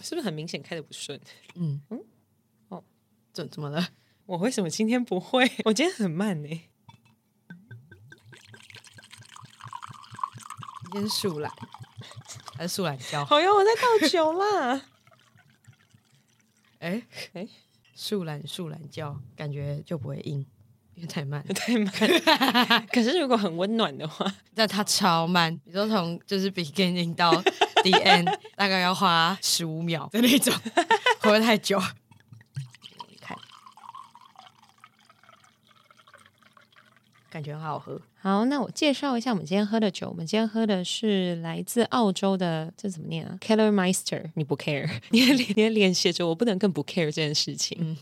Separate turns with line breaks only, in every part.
是不是很明显开的不顺？
嗯嗯
嗯，
哦
哦，
怎怎么了？
我为什么今天不会？ 我今天很慢呢、
今天是素来，还是素来教？
好呀，我在倒酒 啦。
哎哎
哎，
树懒树懒叫，感觉就不会硬，因为太慢。
太慢。 可是如果很温暖的话，
但它超慢，你说从就是 beginning 到 the end，大 概要花十五秒的那种， 会不会太久？看，感觉很好喝。
好，那我介绍一下我们今天喝的酒。我们今天喝的是来自澳洲的，这怎么念啊？Kellermeister。你不 care，你 的脸你的脸写着我不能更不 care 这件事情。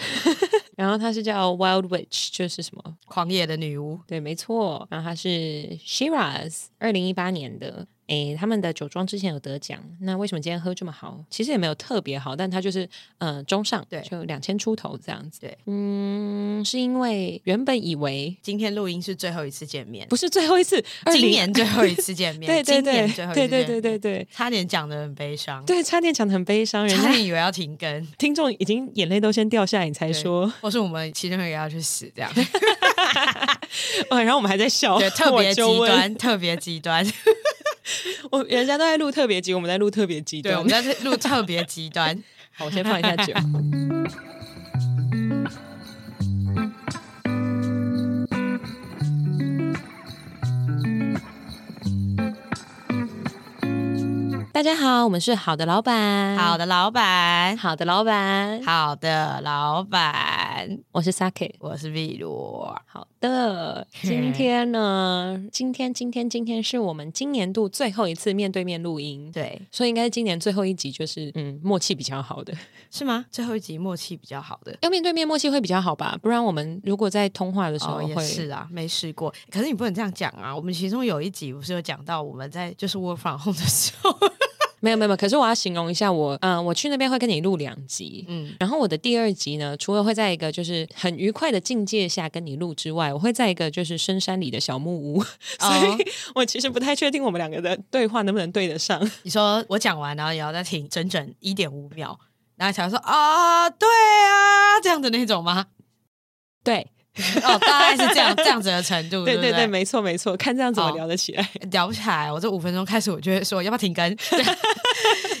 然后它是叫 Wild Witch，就是什么？
狂野的女巫，
对，没错。然后它是 Shiraz，二零一八年的。诶，他们的酒庄之前有得奖，那为什么今天喝这么好？其实也没有特别好，但它就是呃中上，
对
就两千出头这样子。
对，
嗯，是因为原本以为
今天录音是最后一次见面，
不是最后 一次，
今
20
年最后一次见面，
对对
今
对
年最后一次
对
见
对
面，
对对对
差点讲的很悲伤，
对，差点讲的很悲伤，人
差
家
点以为要停更。
听众已经眼泪都先掉下来，你才
对
说，
或是我们其中一个要去死这样，
哦，然后我们还在笑，
对，特别
我
极
就问，
端，特别极端，
我人家都在录特别集，我们在录特别集，
对，我们在录特别 极端。
好，我先放一下酒。 大家好，我们是好的老板，
好的，老板，
好的老板，
好的，老板，
我是 Saki。
我是碧罗。
好 的，今天呢，今天今天今天是我们今年度最后一次面对面录音，，
对，
所以应该是今年最后一集，就是嗯，默契比较好的，
是吗？最后一集默契比较好的。
要面对面默契会比较好吧？不然我们如果在通话的时候
哦，
会，
也是啊，没试过。可是你不能这样讲啊！我们其中有一集不是有讲到我们在就是 work from home 的时候，
没有没有，没有可是我要形容一下我，嗯、我去那边会跟你录两集。
嗯，
然后我的第二集呢，除了会在一个就是很愉快的境界下跟你录之外，我会在一个就是深山里的小木屋，
哦
所以我其实不太确定我们两个的对话能不能对得上。
你说我讲完，然后也要再停整整一点五秒，然后才会说啊，对啊，这样的那种 吗？
对，
哦，大概是这样这样子的程度，
对
不
对
对
对，哦没错没错，看这样怎么聊得起来。
聊不起来，我这五分钟开始，我就会说要不要停 更，对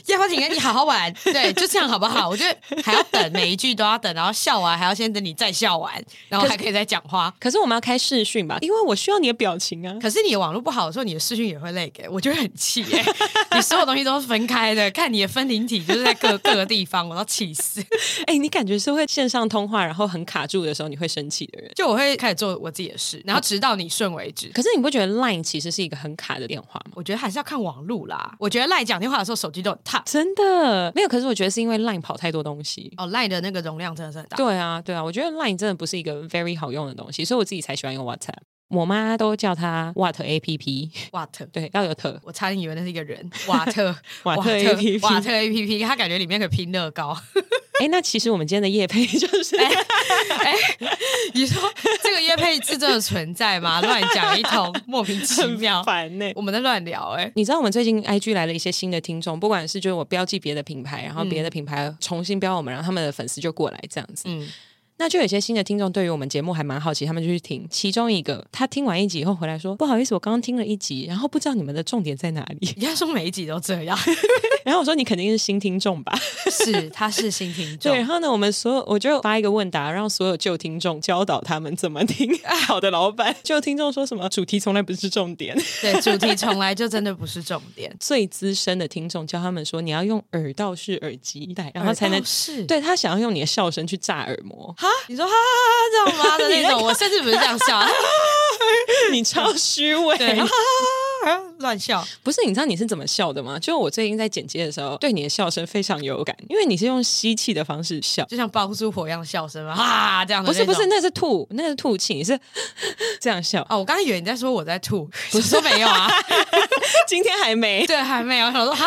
要不要停更？你好好玩，对，就这样好不好？我觉得还要等每一句都要等，然后笑完还要先等你再笑完，然后还可以再讲话。
可是我们要开视讯吧，因为我需要你的表情啊。
可是你的网络不好的时候，你的视讯也会累给，我就会很气耶、你所有东西都是分开的，看你的分灵体就是在各 各个地方，我都气死。
哎、你感觉是会线上通话然后很卡住的时候你会生气的人。
就我会开始做我自己的事，然后直到你顺为止。
可是你不觉得 Line 其实是一个很卡的电话吗？
我觉得还是要看网路啦。我觉得赖讲电话的时候手机都很烫
真的没有，可是我觉得是因为 Line 跑太多东西。
哦，赖的那个容量真的是很大。
对啊，对啊，我觉得 Line 真的不是一个 very 好用的东西，所以我自己才喜欢用 WhatsApp。我妈都叫它 What A P P，
瓦特，
对，要有 E 特
我差点以为那是一个人，瓦特，
瓦特 A P
瓦
P。
特 A P P，他感觉里面可以拼乐高。
哎，那其实我们今天的夜配就是、
哎你说这个叶配是真的存在吗？乱讲一通，莫名其
很
妙，
烦呢、
我们在乱聊哎、
你知道我们最近 IG 来了一些新的听众，不管是就是我标记别的品牌，然后别的品牌重新标我们，然后他们的粉丝就过来这样子。
嗯，
那就有些新的听众对于我们节目还蛮好奇，他们就去听。其中一个他听完一集以后回来说：“不好意思，我刚刚听了一集，然后不知道你们的重点在哪里。
你要说每一集都这样，”
然后我说：“你肯定是新听众吧
是他是新听？”
对。
众
然，后呢，我们所有我就发一个问答，让所有旧听众教导他们怎么 听。好的，老板， 旧听众说什么主题从来不是重点，
对主题从来就真的不是重点，
最资深的听众教他们说你要用耳道式耳机戴，然后才能
耳道哎哦是
对他想要用你的笑声去炸耳膜，
哈，你说哈哈哈这样吗的那种，我甚至不是这样笑，
你超虚伪。
对， 哈哈哈乱笑，
不是，你知道你是怎么笑的吗？就我最近在剪接的时候，对你的笑声非常有感，因为你是用吸气的方式笑，
就像包租婆一样的笑声嘛，哈这样的
不是
那
不
种
是，那是吐，那是吐气，你是 这样笑。
哦，我刚才以为你在说我在吐，我说没有啊，
今天还没，
对，还没有。我想说哈，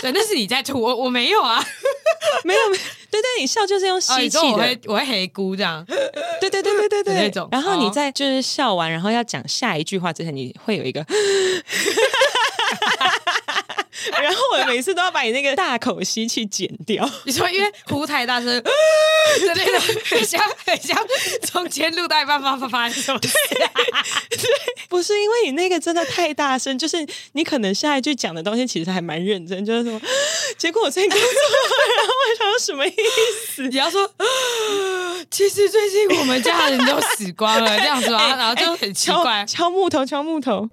对，那是你在吐，我我没有啊。
没有，没有对对，你笑就是用
哦，你
吸气
说我
的
会，我会黑咕这样，
对对对对 对对
那种
然后你
哦
在就是笑完，然后要讲下一句话之前，你会有一个 。然后我每次都要把你那个大口吸气剪掉。
你说因为呼太大声，呃之类的，很像很像中间录到一半发发发什么事
不是因为你那个真的太大声，就是你可能下一句讲的东西其实还蛮认真，就是什么， 结果我最近工作，然后我想说什么意思？
你要说，呃其实最近我们家人都死光了，这样子啊，然后就很奇怪
哎敲，敲木头，敲木头。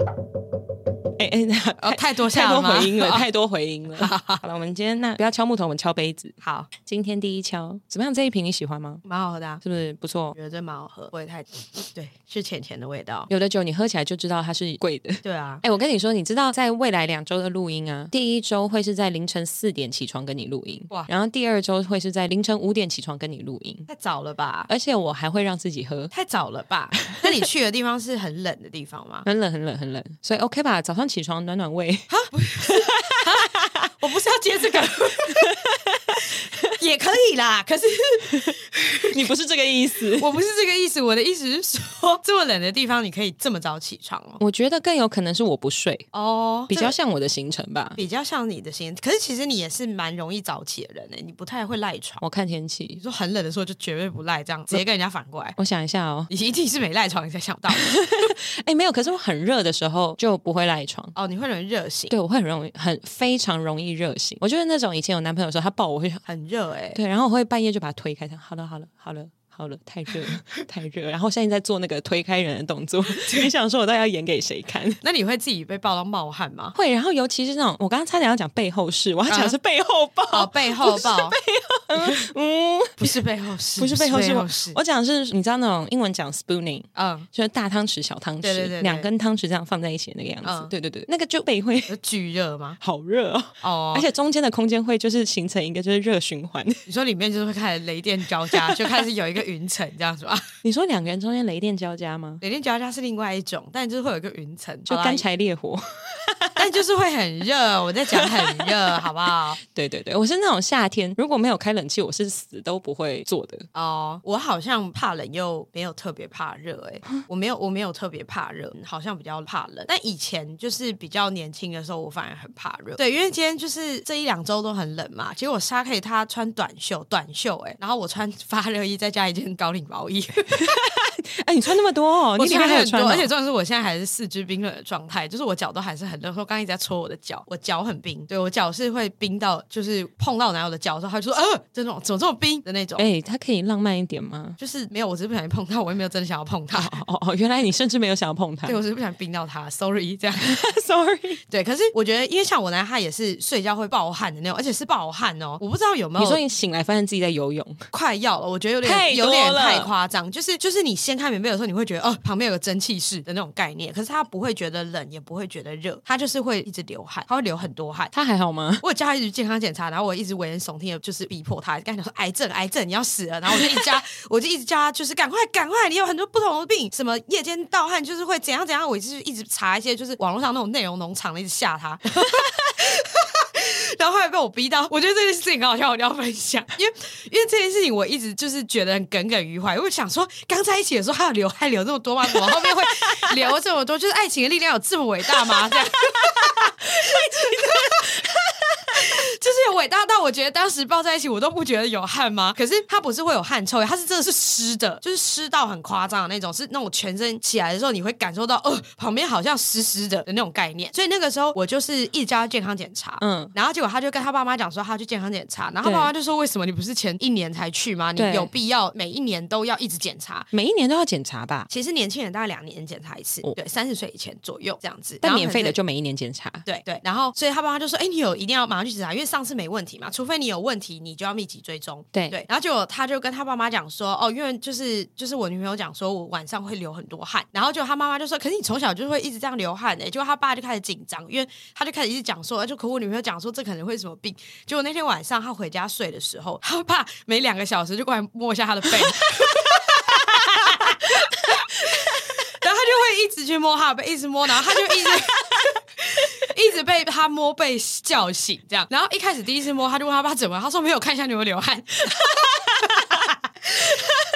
哎哎，那
哦，太多
太
下了
多
吗
回音 了，
哦
太多回音了。好了，我们今天那不要敲木头，我们敲杯子。
好，
今天第一敲，怎么样？这一瓶你喜欢吗？
蛮好喝的、啊，
是不是不错
我？觉得这蛮好喝，味太对，是浅浅的味道。
有的酒你喝起来就知道它是贵的。
对啊，
哎、我跟你说，你知道在未来两周的录音啊，第一周会是在凌晨四点起床跟你录音，
哇
然后第二周会是在凌晨五点起床跟你录音，
太早了吧？
而且我还会让自己喝，
太早了 吧？那你去的地方是很冷的地方吗？
很冷很冷很冷，所以 OK 吧？早上起床暖暖胃，
我不是要接 这个， 也可以啦。可是
你不是这个意思。
我不是这个意思，我的意思是说， 这么冷的地方你可以这么早起床哦。
我觉得更有可能是我不睡，
哦，
比
这
较
个
像我的行程吧。
比较像你的心，可是其实你也是蛮容易早起的人呢、欸你不太会赖床。
我看天
你
气，
说很冷的时候就绝对不赖，这样直接跟人家反过来，
我想一下哦，
你一定是没赖床，你才想到
哎、没有，可是我很热的时候就不会赖床。
哦，你会很热醒，
对，我会很容易，很非常容易热醒。我就是那种以前有男朋友的时候，他抱我会想
很热哎、
对，然后我会半夜就把他推开，他好了，好了，好了。好了，太热了，太热了。然后现在在做那个推开人的动作，你想说我到底要演给谁看？
那你会自己被抱到冒汗吗？
会，然后尤其是那种，我刚刚差点要讲背后事，我要讲的是背后抱，
啊哦，背后抱，
嗯，
不是背后是，
不是背后事，
是
我我讲的是你知道那种英文讲 spooning，
嗯，
就是大汤匙小汤匙，
对对对
两
对
根汤匙这样放在一起的那个样子，
嗯
对对对，那个就背会？
有巨热吗
好热哦，
哦，
而且中间的空间会就是形成一个就是热循环。
你说里面就是会开始雷电交加， 就开始有一个云层这样子吧？
你说两个人中间雷电交加吗？
雷电交加是另外一种，但就是会有一个云层，
就
好啦
干， 柴烈火。
但就是会很热。我在讲很热，好不好？
对对对，我是那种夏天如果没有开冷气，我是死都不会做的。
哦，我好像怕冷又没有特别怕热、欸，
啊
哎，我没有，我没有特别怕热，好像比较怕冷。但以前就是比较年轻的时候，我反而很怕热，对，因为今天就是这一两周都很冷嘛。结果沙克他穿短袖，短袖、欸，哎，然后我穿发热衣，再加一件高领毛衣，
哎，你穿那么多 哦，
我
你里面
穿
还有
很多，
穿哦、
而且重点是我现在还是四肢冰冷的状态，就是我脚都还是很热。说刚刚一直在戳我的脚，我脚很冰，对我脚是会冰到，就是碰到男友的脚的时候，他就说呃，这种怎么这么冰的那种。
哎，它可以浪漫一点吗？
就是没有，我只是不小心碰到，我也没有真的想要碰他。
哦哦，原来你甚至没有想要碰它
对，。我只是不想冰到他，sorry，这样。
Sorry，
对，可是我觉得，因为像我男他也是睡觉会暴汗的那种，而且是暴汗哦。我不知道有没有，
你说你醒来发现自己在游泳，
快要了，我觉得有
太
点
多
有点
了
太夸张。就是就是你掀开棉被的时候，你会觉得哦，旁边有个蒸汽室的那种概念，可是他不会觉得冷，也不会觉得热，他就是会一直流汗，他会流很多汗。
它还好吗？
我有叫他一直健康检查，然后我一直危言耸听的，就是逼迫他，跟他讲说癌症癌症你要死了，然后我就一直叫他，我就一直叫他，就是赶快赶快，你有很多不同的病，什么夜间盗汗就是会怎样怎样，我就是一直查一些就是网络上那种内容农场的，一直吓他。 然后后来被我逼到，我觉得这件事情很好笑，我一定要分享，因为因为这件事情我一直就是觉得很耿耿于怀。我想说，刚在一起的时候还有流汗流这么多吗？怎么后面会流这么多？就是爱情的力量有这么伟大吗？这样。就是有伟大到我觉得当时抱在一起我都不觉得有汗吗？可是它不是会有汗臭味，它是真的是湿的，就是湿到很夸张的那种，是那种全身起来的时候你会感受到，哦、旁边好像湿湿的的那种概念。所以那个时候我就是一直叫他健康检查，
嗯
嗯，然后结果他就跟他爸妈讲说他要去健康检查，然后
对
他爸妈就说为什么你不是前一年才去吗？你
对
有必要每一年都要一直检查？
每一年都要检查吧？
其实年轻人大概两年检查一次，
哦
对，三十岁以前左右这样子，
但
然后
免费
可
的
是
就每一年检查。
对对，然后所以他爸妈就说：“哎、你有一定要马上去检查，因为上次没问题嘛，除非你有问题，你就要密集追踪。”
对
对，然后结果他就跟他爸妈讲说：“哦，因为就是就是我女朋友讲说我晚上会流很多汗，然后就他妈妈就说：‘可是你从小就会一直这样流汗欸的、结果他爸就开始紧张，因为他就开始一直讲说：‘哎就可我女朋友讲说这可能会什么病。’结果那天晚上他回家睡的时候，他爸每两个小时就过来摸一下他的背。 然后他就会一直去摸他的背，一直摸，然后他就一直 一直被他摸被叫醒，这样。然后一开始第一次摸，他就问他爸怎么了，他说没有，看一下你有没有流汗。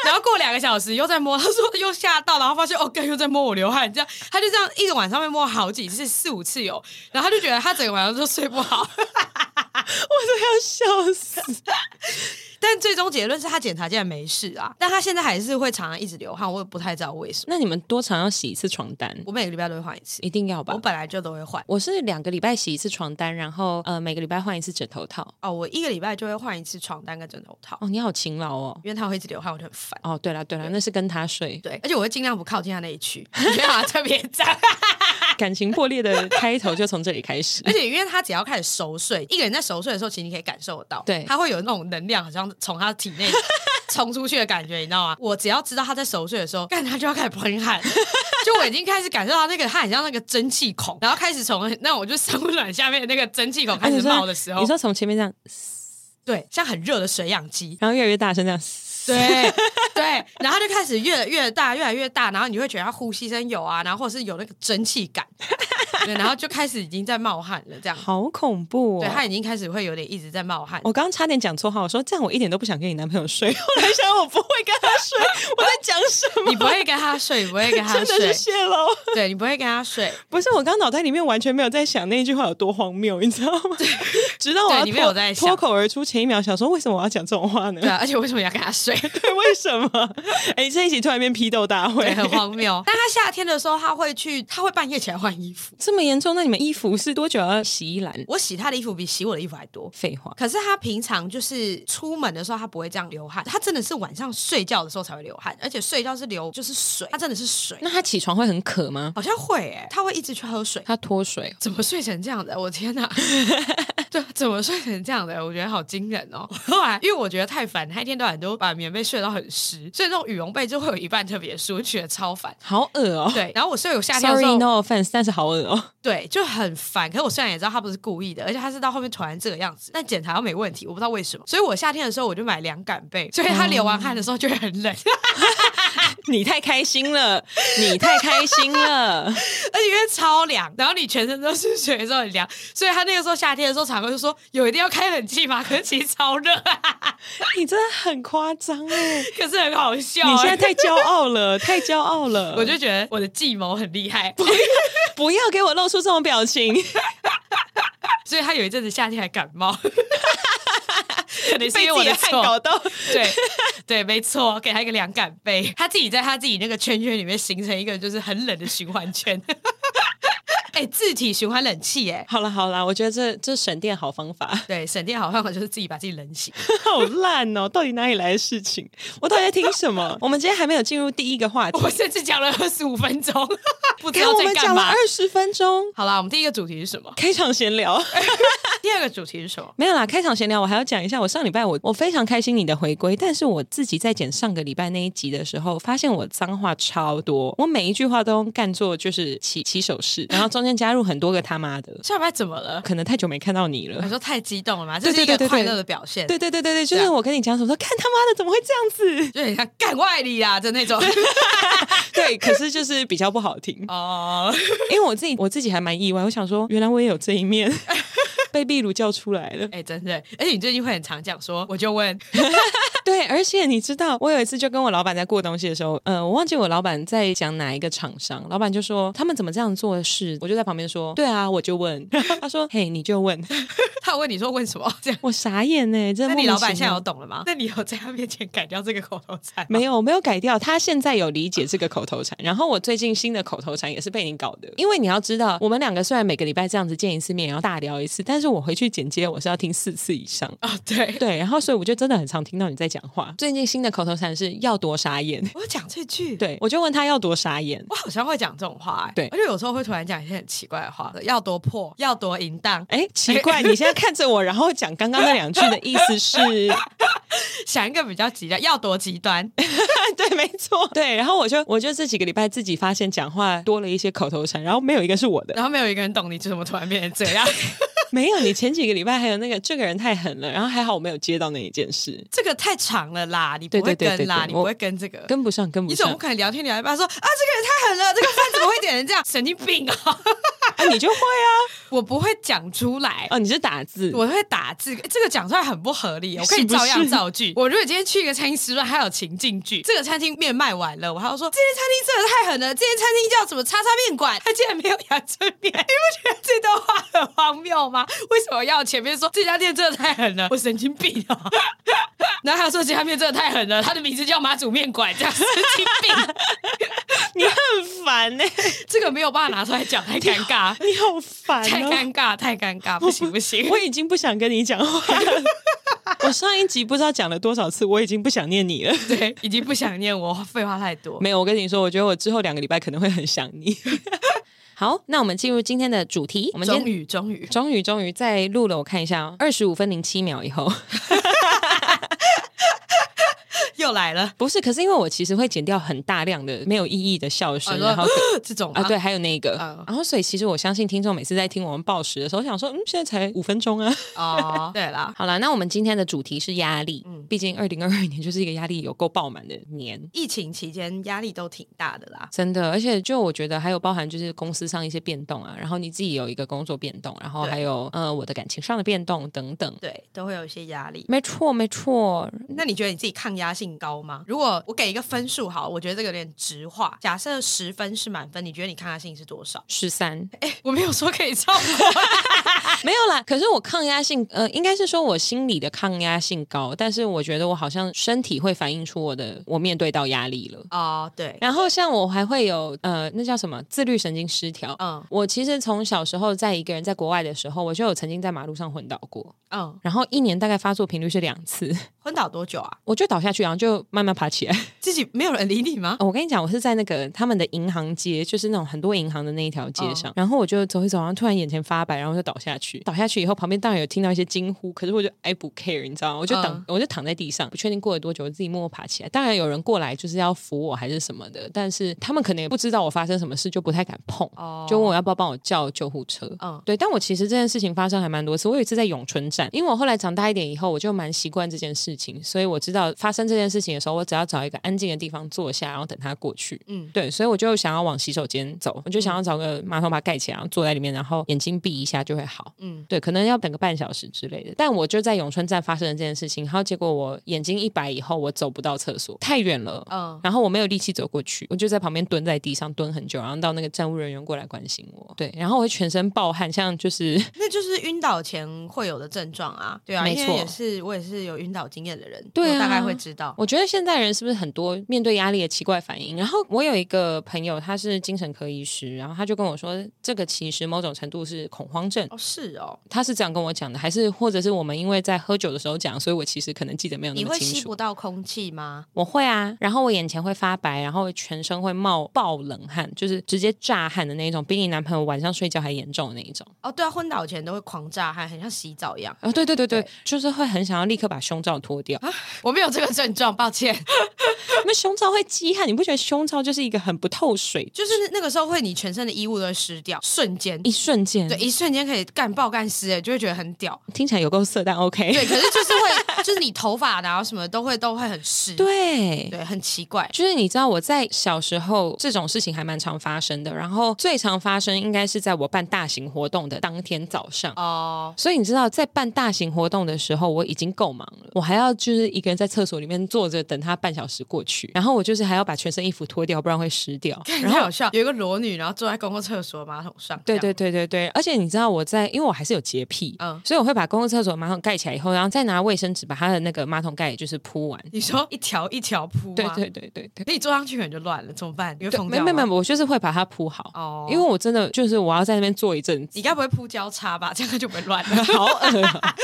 然后过两个小时又在摸，他说又吓到，然后发现哦，干又在摸我流汗，这样他就这样一个晚上被摸好几次，四五次有，然后他就觉得他整个晚上都睡不好。
我都要笑死。
但最终结论是他检查竟然没事啊，但他现在还是会常常一直流汗，我也不太知道为什么。
那你们多长要洗一次床单？
我每个礼拜都会换一次，
一定要吧
我？本来就都会换。
我是两个礼拜洗一次床单，然后呃每个礼拜换一次枕头套。
哦，我一个礼拜就会换一次床单跟枕头套，
哦，你好勤劳哦。
因为他会一直流汗，我就很烦。
哦，对了对了，那是跟他睡，
对，而且我会尽量不靠近他那一区， 我觉得好像特别脏。
感情破裂的开头就从这里开始
而。且因为他只要开始熟睡，一个人在熟睡的时候，其实你可以感受得到，
对
他会有那种能量，好像从他体 内冲出去的感觉，你知道吗？我只要知道他在熟睡的时候，干他就要开始喷汗。 就我已经开始感受到那个，他很像那个蒸汽孔，然后开始从那我就三温暖下面的那个蒸汽孔 开
啊
始
你说
冒的时候，
你说从前面这样，
对，像很热的水养机，
然后越来越大声这样，
对对，然后就开始越来越大，越来越大，然后你会觉得它呼吸声有啊，然后或者是有那个蒸汽感，对，然后就开始已经在冒汗了，这样，
好恐怖
对，
哦！
它已经开始会有点一直在冒汗。
我刚刚差点讲错话，我说这样我一点都不想跟你男朋友睡。 后来想我不会跟他 睡，我在讲什么？
你不会跟他睡，你不会跟他
真的是
睡，
泄露？
对你不会跟他睡，
不是，我刚脑袋里面完全没有在想那一句话有多荒谬，你知道吗？直到我
对
要
你没有
脱
在想
脱口而出前一秒想说为什么我要讲这种话呢
对？啊，而且为什么要跟他睡？
对， 为什么？哎，这一集突然变批斗大会
对，，很荒谬。但他夏天的时候，他会去，他会半夜起来换衣服。
这么严重？那你们衣服是多久要洗一篮？
我洗他的衣服比洗我的衣服还多。
废话，
可是他平常就是出门的时候，他不会这样流汗，他真的是晚上睡觉的时候才会流汗，而且睡觉是流就是水，他真的是水，
那他起床会很渴吗？
好像会诶、他会一直去喝水。
他脱水
怎么睡成这样的？我天 哪！对，怎么睡成这样的？我觉得好惊人哦。后来因为我觉得太烦，他一天到晚都把棉被睡到很湿，所以那种羽绒被就会有一半特别湿，我觉得超烦。
好恶哦、
对，然后我睡我夏
s
天
o r
的时
r y
候，
no offense，但是好恶哦、
对，就很烦。可是我虽然也知道他不是故意的，而且他是到后面突然这个样子，但检查又没问题，我不知道为什么。所以我夏天的时候我就买凉感被，所以他流完汗的时候就会很冷，
你太开心了，你太开心了。
而且因为超凉，然后你全身都是水的时候很凉，所以他那个时候夏天的时候，常会就说有一定要开冷气吗？可是其实超热、
你真的很夸张哎！
可是很好笑、欸
你现在太骄傲了，太骄傲了。
我就觉得我的计谋很厉害，
不要给我露出这种表情。
所以他有一阵子夏天还感 冒，可能是
被自
因为我
己
的
的汗搞
错。
到，
对对，没错，给他一个凉感被，他自己在他自己那个圈圈里面形成一个就是很冷的循环圈。 哎、自体循环冷气哎、
好了好了，我觉得这这省电好方法，
对，省电好办法就是自己把自己冷醒。
好烂哦！到底哪里来的事 情？我到底在听什么？ 我们今天还没有进入第一个话题，
我甚至讲了二十五分钟， 不知
给
道
我
在
们
干
讲了
嘛
二。十分钟，
好啦，我们第一个主题是什么？
开场闲聊。
第二个主题是什么？
没有啦，开场闲聊我还要讲一下，我上礼拜我我非常开心你的回归，但是我自己在剪上个礼拜那一集的时候，发现我脏话超多，我每一句话都用干做就是起起手式，然后中间加入很多个他妈的，
下班怎么了？
可能太久没看到你
我
了。
说太激动了吗？这
对
是一
对对
个
对
快
对
乐的表 现。
对对对对对，就
对
是
啊
我跟你讲什么说，看他妈的怎么会这样子？
就很像干外力啊的那种。
对，可是就是比较不好听，
哦，
因为我自己我自己还蛮意外，我想说原来我也有这一面， 被壁炉叫出来了。
哎，真的，而且你最近会很常讲说，我就问，
对，而且你知道，我有一次就跟我老板在过东西的时候，呃，我忘记我老板在讲哪一个厂商，老板就说他们怎么这样做事，我就在旁边说，对啊，我就 问，他说，嘿，你就问，
他有问你说问什么？ 这样，
我傻眼呢、真
那
的莫
你
名
老板
其
现在有
妙
懂 了吗？那你有在他面前改掉这个口头禅？
没有没有改掉，他现在有理解这个口头禅。然后我最近新的口头禅也是被你搞的，因为你要知道，我们两个虽然每个礼拜这样子见一次面，然后大聊一次，但是我回去剪接我是要听四次以上。
哦，对，
对，然后所以我就真的很常听到你在讲话。最近新的口头禅是要多傻眼，
我有讲这句，
对我就问他要多傻眼。
我好像会讲这种话，哎
对
而且有时候会突然讲一些很奇怪的话，要多破，要多淫荡，
哎，奇怪，你现在看着我，然后讲刚刚那两句的意思是，
想一个比较极端，要多极端，
对，没错，对。然后我就我就这几个礼拜自己发现讲话多了一些口头禅，然后没有一个是我的，
然后没有一个人懂你怎么突然变成这样，
没有。你前几个礼拜还有那个这个人太狠了，然后还好我没有接到那一件事，
这个太长了啦，你不
对
会
对对
跟啦，
对对
你不会跟这个。
跟不上，跟不
你总不
上。
可能聊天聊一半说啊，这个人太狠了，这个饭怎么会点成这样？神经病啊！
而那你就会啊，
我不会讲出来。
哦，你是打字，
我会打字，这个讲出来很不合理。我可以
是不是
照样造句。我如果今天去一个餐厅吃饭，还有情境剧，这个餐厅面卖完了，我还要说这间餐厅真的太狠了，这间餐厅叫什么叉叉面馆，它竟然没有阳春面，你不觉得这段话很荒谬吗？为什么要前面说这家店真的太狠了？我神经病啊！ 然后还要说这家面真的太狠了，它的名字叫马祖面馆，这样神经病，
你很烦呢、欸
这个没有办法拿出来讲，太尴尬。
你好烦
太
哦、
尴尬，太尴尬，不行不 行！
我已经不想跟你讲话了。我上一集不知道讲了多少次，我已经不想念你了。
对，已经不想念我，废话太多。
没有，我跟你说，我觉得我之后两个礼拜可能会很想你。 好，那我们进入今天的主题。我们今
终
天
于，终于，
终于终于在录了，我看一下、哦，二十五分零七秒以后，
又来了，
不是，可是因为我其实会剪掉很大量的没有意义的笑声，
哦
然后跟
这种
啊，对，还有那个，
嗯
然后所以其实我相信听众每次在听我们报时的时候，想说，嗯，现在才五分 钟啊。
哦， 对啦，
好了，那我们今天的主题是压力，毕竟二零二二年就是一个压力有够爆满的年。
疫情期间压力都挺大的啦。
真的，而且就我觉得还有包含就是公司上一些变动啊，然后你自己有一个工作变动，然后
对
还有呃我的感情上的变动等等。
对，都会有一些压力。
没错，没错，
那你觉得你自己抗压性高吗？如果我给一个分数，好，我觉得这个有点直化。假设十分是满分，你觉得你抗压性是多少？
十三
哎， 我没有说可以超过，
没有啦。可是我抗压性，呃，应该是说我心里的抗压性高，但是我觉得我好像身体会反映出我的我面对到压力了。
哦，对，
然后像我还会有呃，那叫什么自律神经失调。
嗯
我其实从小时候在一个人在国外的时候，我就有曾经在马路上昏倒过，
嗯，
然后一年大概发作频率是两次，
昏倒多久啊？
我就倒下去，然后就慢慢爬起来。
自己没有人理你吗？
哦我跟你讲，我是在那个他们的银行街，就是那种很多银行的那一条街上，然后我就走一走，然后突然眼前发白，然后就倒下去。倒下去以后，旁边当然有听到一些惊呼，可是我就 I 不 care，你知道吗？我
嗯
就等，我就躺在地上，不确定过了多久，我自己默默爬起来。当然有人过来就是要扶我还是什么的，但是他们可能也不知道我发生什么事，就不太敢碰。
哦
就问我要不要帮我叫救护车。
嗯
对。但我其实这件事情发生还蛮多次。我有一次在永春站，因为我后来长大一点以后，我就蛮习惯这件事情，所以我知道发生这件事情的时候，我只要找一个安静的地方坐下，然后等它过去。
嗯
嗯，对，所以我就想要往洗手间走，我就想要找个马桶把它盖起来，然后坐在里面，然后眼睛闭一下就会好。
嗯，
对，可能要等个半小时之类的。但我就在永春站发生了这件事情，然后结果我眼睛一白以后，我走不到厕所，太远了。
嗯
然后我没有力气走过去，我就在旁边蹲在地上蹲很久，然后到那个站务人员过来关心我。对，然后我会全身暴汗，像就是
嗯那就是晕倒前会有的症状啊。对啊，
没
因为
错
也是我也是有晕倒经验的人，
对啊。
我大概会知道
我觉得现代人是不是很多面对压力的奇怪反应？然后我有一个朋友，他是精神科医师，然后他就跟我说，这个其实某种程度是恐慌症。
哦，是哦，
他是这样跟我讲的，还是或者是我们因为在喝酒的时候讲，所以我其实可能记得没有那
你
么
会
清
吸
楚
不。到空气吗？
我会啊，然后我眼前会发白，然后全身会冒爆冷汗，就是直接炸汗的那一种，比你男朋友晚上睡觉还严重的那一种。
哦，对啊，昏倒前都会狂炸汗，很像洗澡一样。
啊、对对对对，
对啊
就是会很想要立刻把胸罩脱掉，
我没有这个症状，抱歉。
因为胸罩会积汗，你不觉得胸罩就是一个很不透水，
就是那个时候会，你全身的衣物都会湿掉，瞬间，
一瞬间，
对，一瞬间可以干爆干湿，哎，就会觉得很屌。
听起来有够色，但 OK，
对，可是就是会，就是你头发啊然后什么都会都会很湿，
对
对，很奇怪。
就是你知道我在小时候这种事情还蛮常发生的，然后最常发生应该是在我办大型活动的当天早上。
哦，
所以你知道，在办大型活动的时候，我已经够忙了，我还要就是一个人在厕所里面坐着等他半小时过去，然后我就是还要把全身衣服脱掉，不然会湿掉。
然后好笑，有一个裸女，然后坐在公共厕所的马桶上，
对
这样
对对对对，而且你知道我在，因为我还是有洁癖，
嗯
所以我会把公共厕所马桶盖起来以后，然后再拿卫生纸把它的那个马桶盖就是铺完。
你说一条一条铺吗？
对对对对对，
那你坐上去可能就乱了，怎么办？你会
对
疯
没
掉
没
吗
没，我就是会把它铺好，
哦，
因为我真的就是我要在那边坐一阵子
你。该不会铺交叉吧？这样就不会乱了。
好恶啊、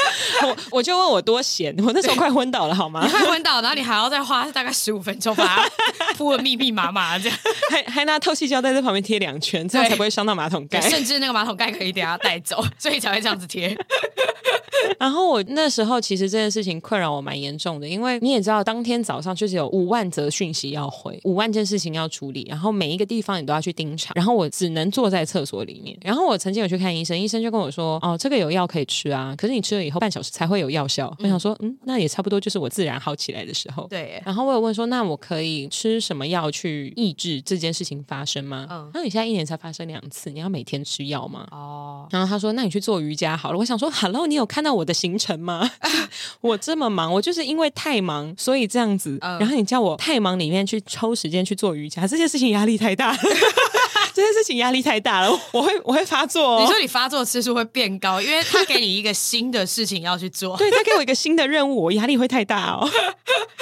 我我就问我多闲，我那时候快昏倒了好吗
你？快昏倒，然后你还要再花大概十五分钟把它铺的密密麻麻这样。
还还拿透气胶带在旁边贴两圈，这样
对
才不会伤到马桶盖。
甚至那个马桶盖可以等下带走，所以才会这样子贴。
然后我那时候其实这件事情困扰我蛮严重的，因为你也知道，当天早上就是有五万则讯息要回，五万件事情要处理，然后每一个地方你都要去盯场，然后我只能坐在厕所里面。然后我曾经有去看医生，医生就跟我说：“哦，这个有药可以吃啊，可是你吃了以后半小时才会有药效。我想说，嗯，那也差不多就是我自然好起来的时候。
对，
然后我有问说，那我可以吃什么药去抑制这件事情发生吗？
嗯
那你现在一年才发生两次，你要每天吃药吗？
哦，
然后他说：“那你去做瑜伽好了。”我想说：“Hello，你有看到我的行程吗？ 我这么忙，我就是因为太忙，所以这样子。
嗯
然后你叫我太忙里面去抽时间去做瑜伽，这件事情压力太大了。 这件事情压力太大了，我会我会发作、
你
哦。
说你发作次数会变高，因为他给你一个新的事情要去做，
对他给我一个新的任务，我压力会太大哦。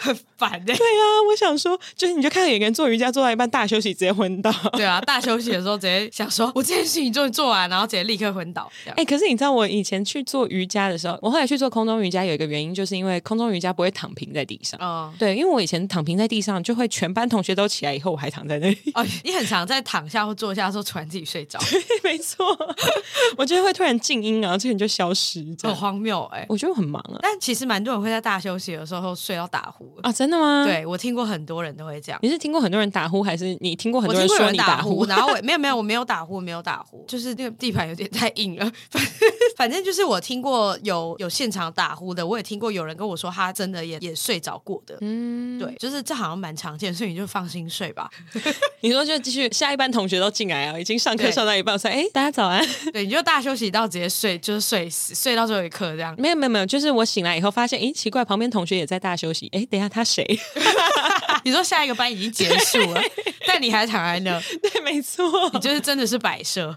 很烦欸的、
对啊，我想说，就是你就看到有一个人做瑜伽做到一半大休息，直接昏倒。
对啊，大休息的时候直接想说，我这件事情终于做完，然后直接立刻昏倒。这样
哎、可是你知道我以前去做瑜伽的时候，我后来去做空中瑜伽有一个原因，就是因为空中瑜伽不会躺平在地上。
嗯，
对，因为我以前躺平在地上，就会全班同学都起来以后，我还躺在那里。
哦，你很常在躺下或坐下的时候突然自己睡 着，
没错， 我觉得会突然静音，然后这个人就消失。这
很
样，
荒谬哎、
我觉得我很忙啊。
但其实蛮多人会在大休息的时候睡到打呼。
啊，真的吗？，
对我听过很多人都会这样。
你是听过很多人打呼，还是你听过很
我
多
听过有
说
人
你
打
呼？
然后我没有没有我没有打呼，没有打呼，就是那个地板有点太硬了。反 正反正就是我听过有有现场打呼的，我也听过有人跟我说他真的也也睡着过的。
嗯，
对，就是这好像蛮常见，所以你就放心睡吧。
你说就继续，下一班同学都进来啊，已经上课
对
上到一半，我说哎，大家早安。
对，你就大休息到直接睡，就是睡死，睡到最后一刻这样。
没有没有没有，就是我醒来以后发现，哎，奇怪，旁边同学也在大休息。哎，等一下他谁？
你说下一个班已经结束 了，但你还躺在那，
对，没错
你，就是真的是摆设，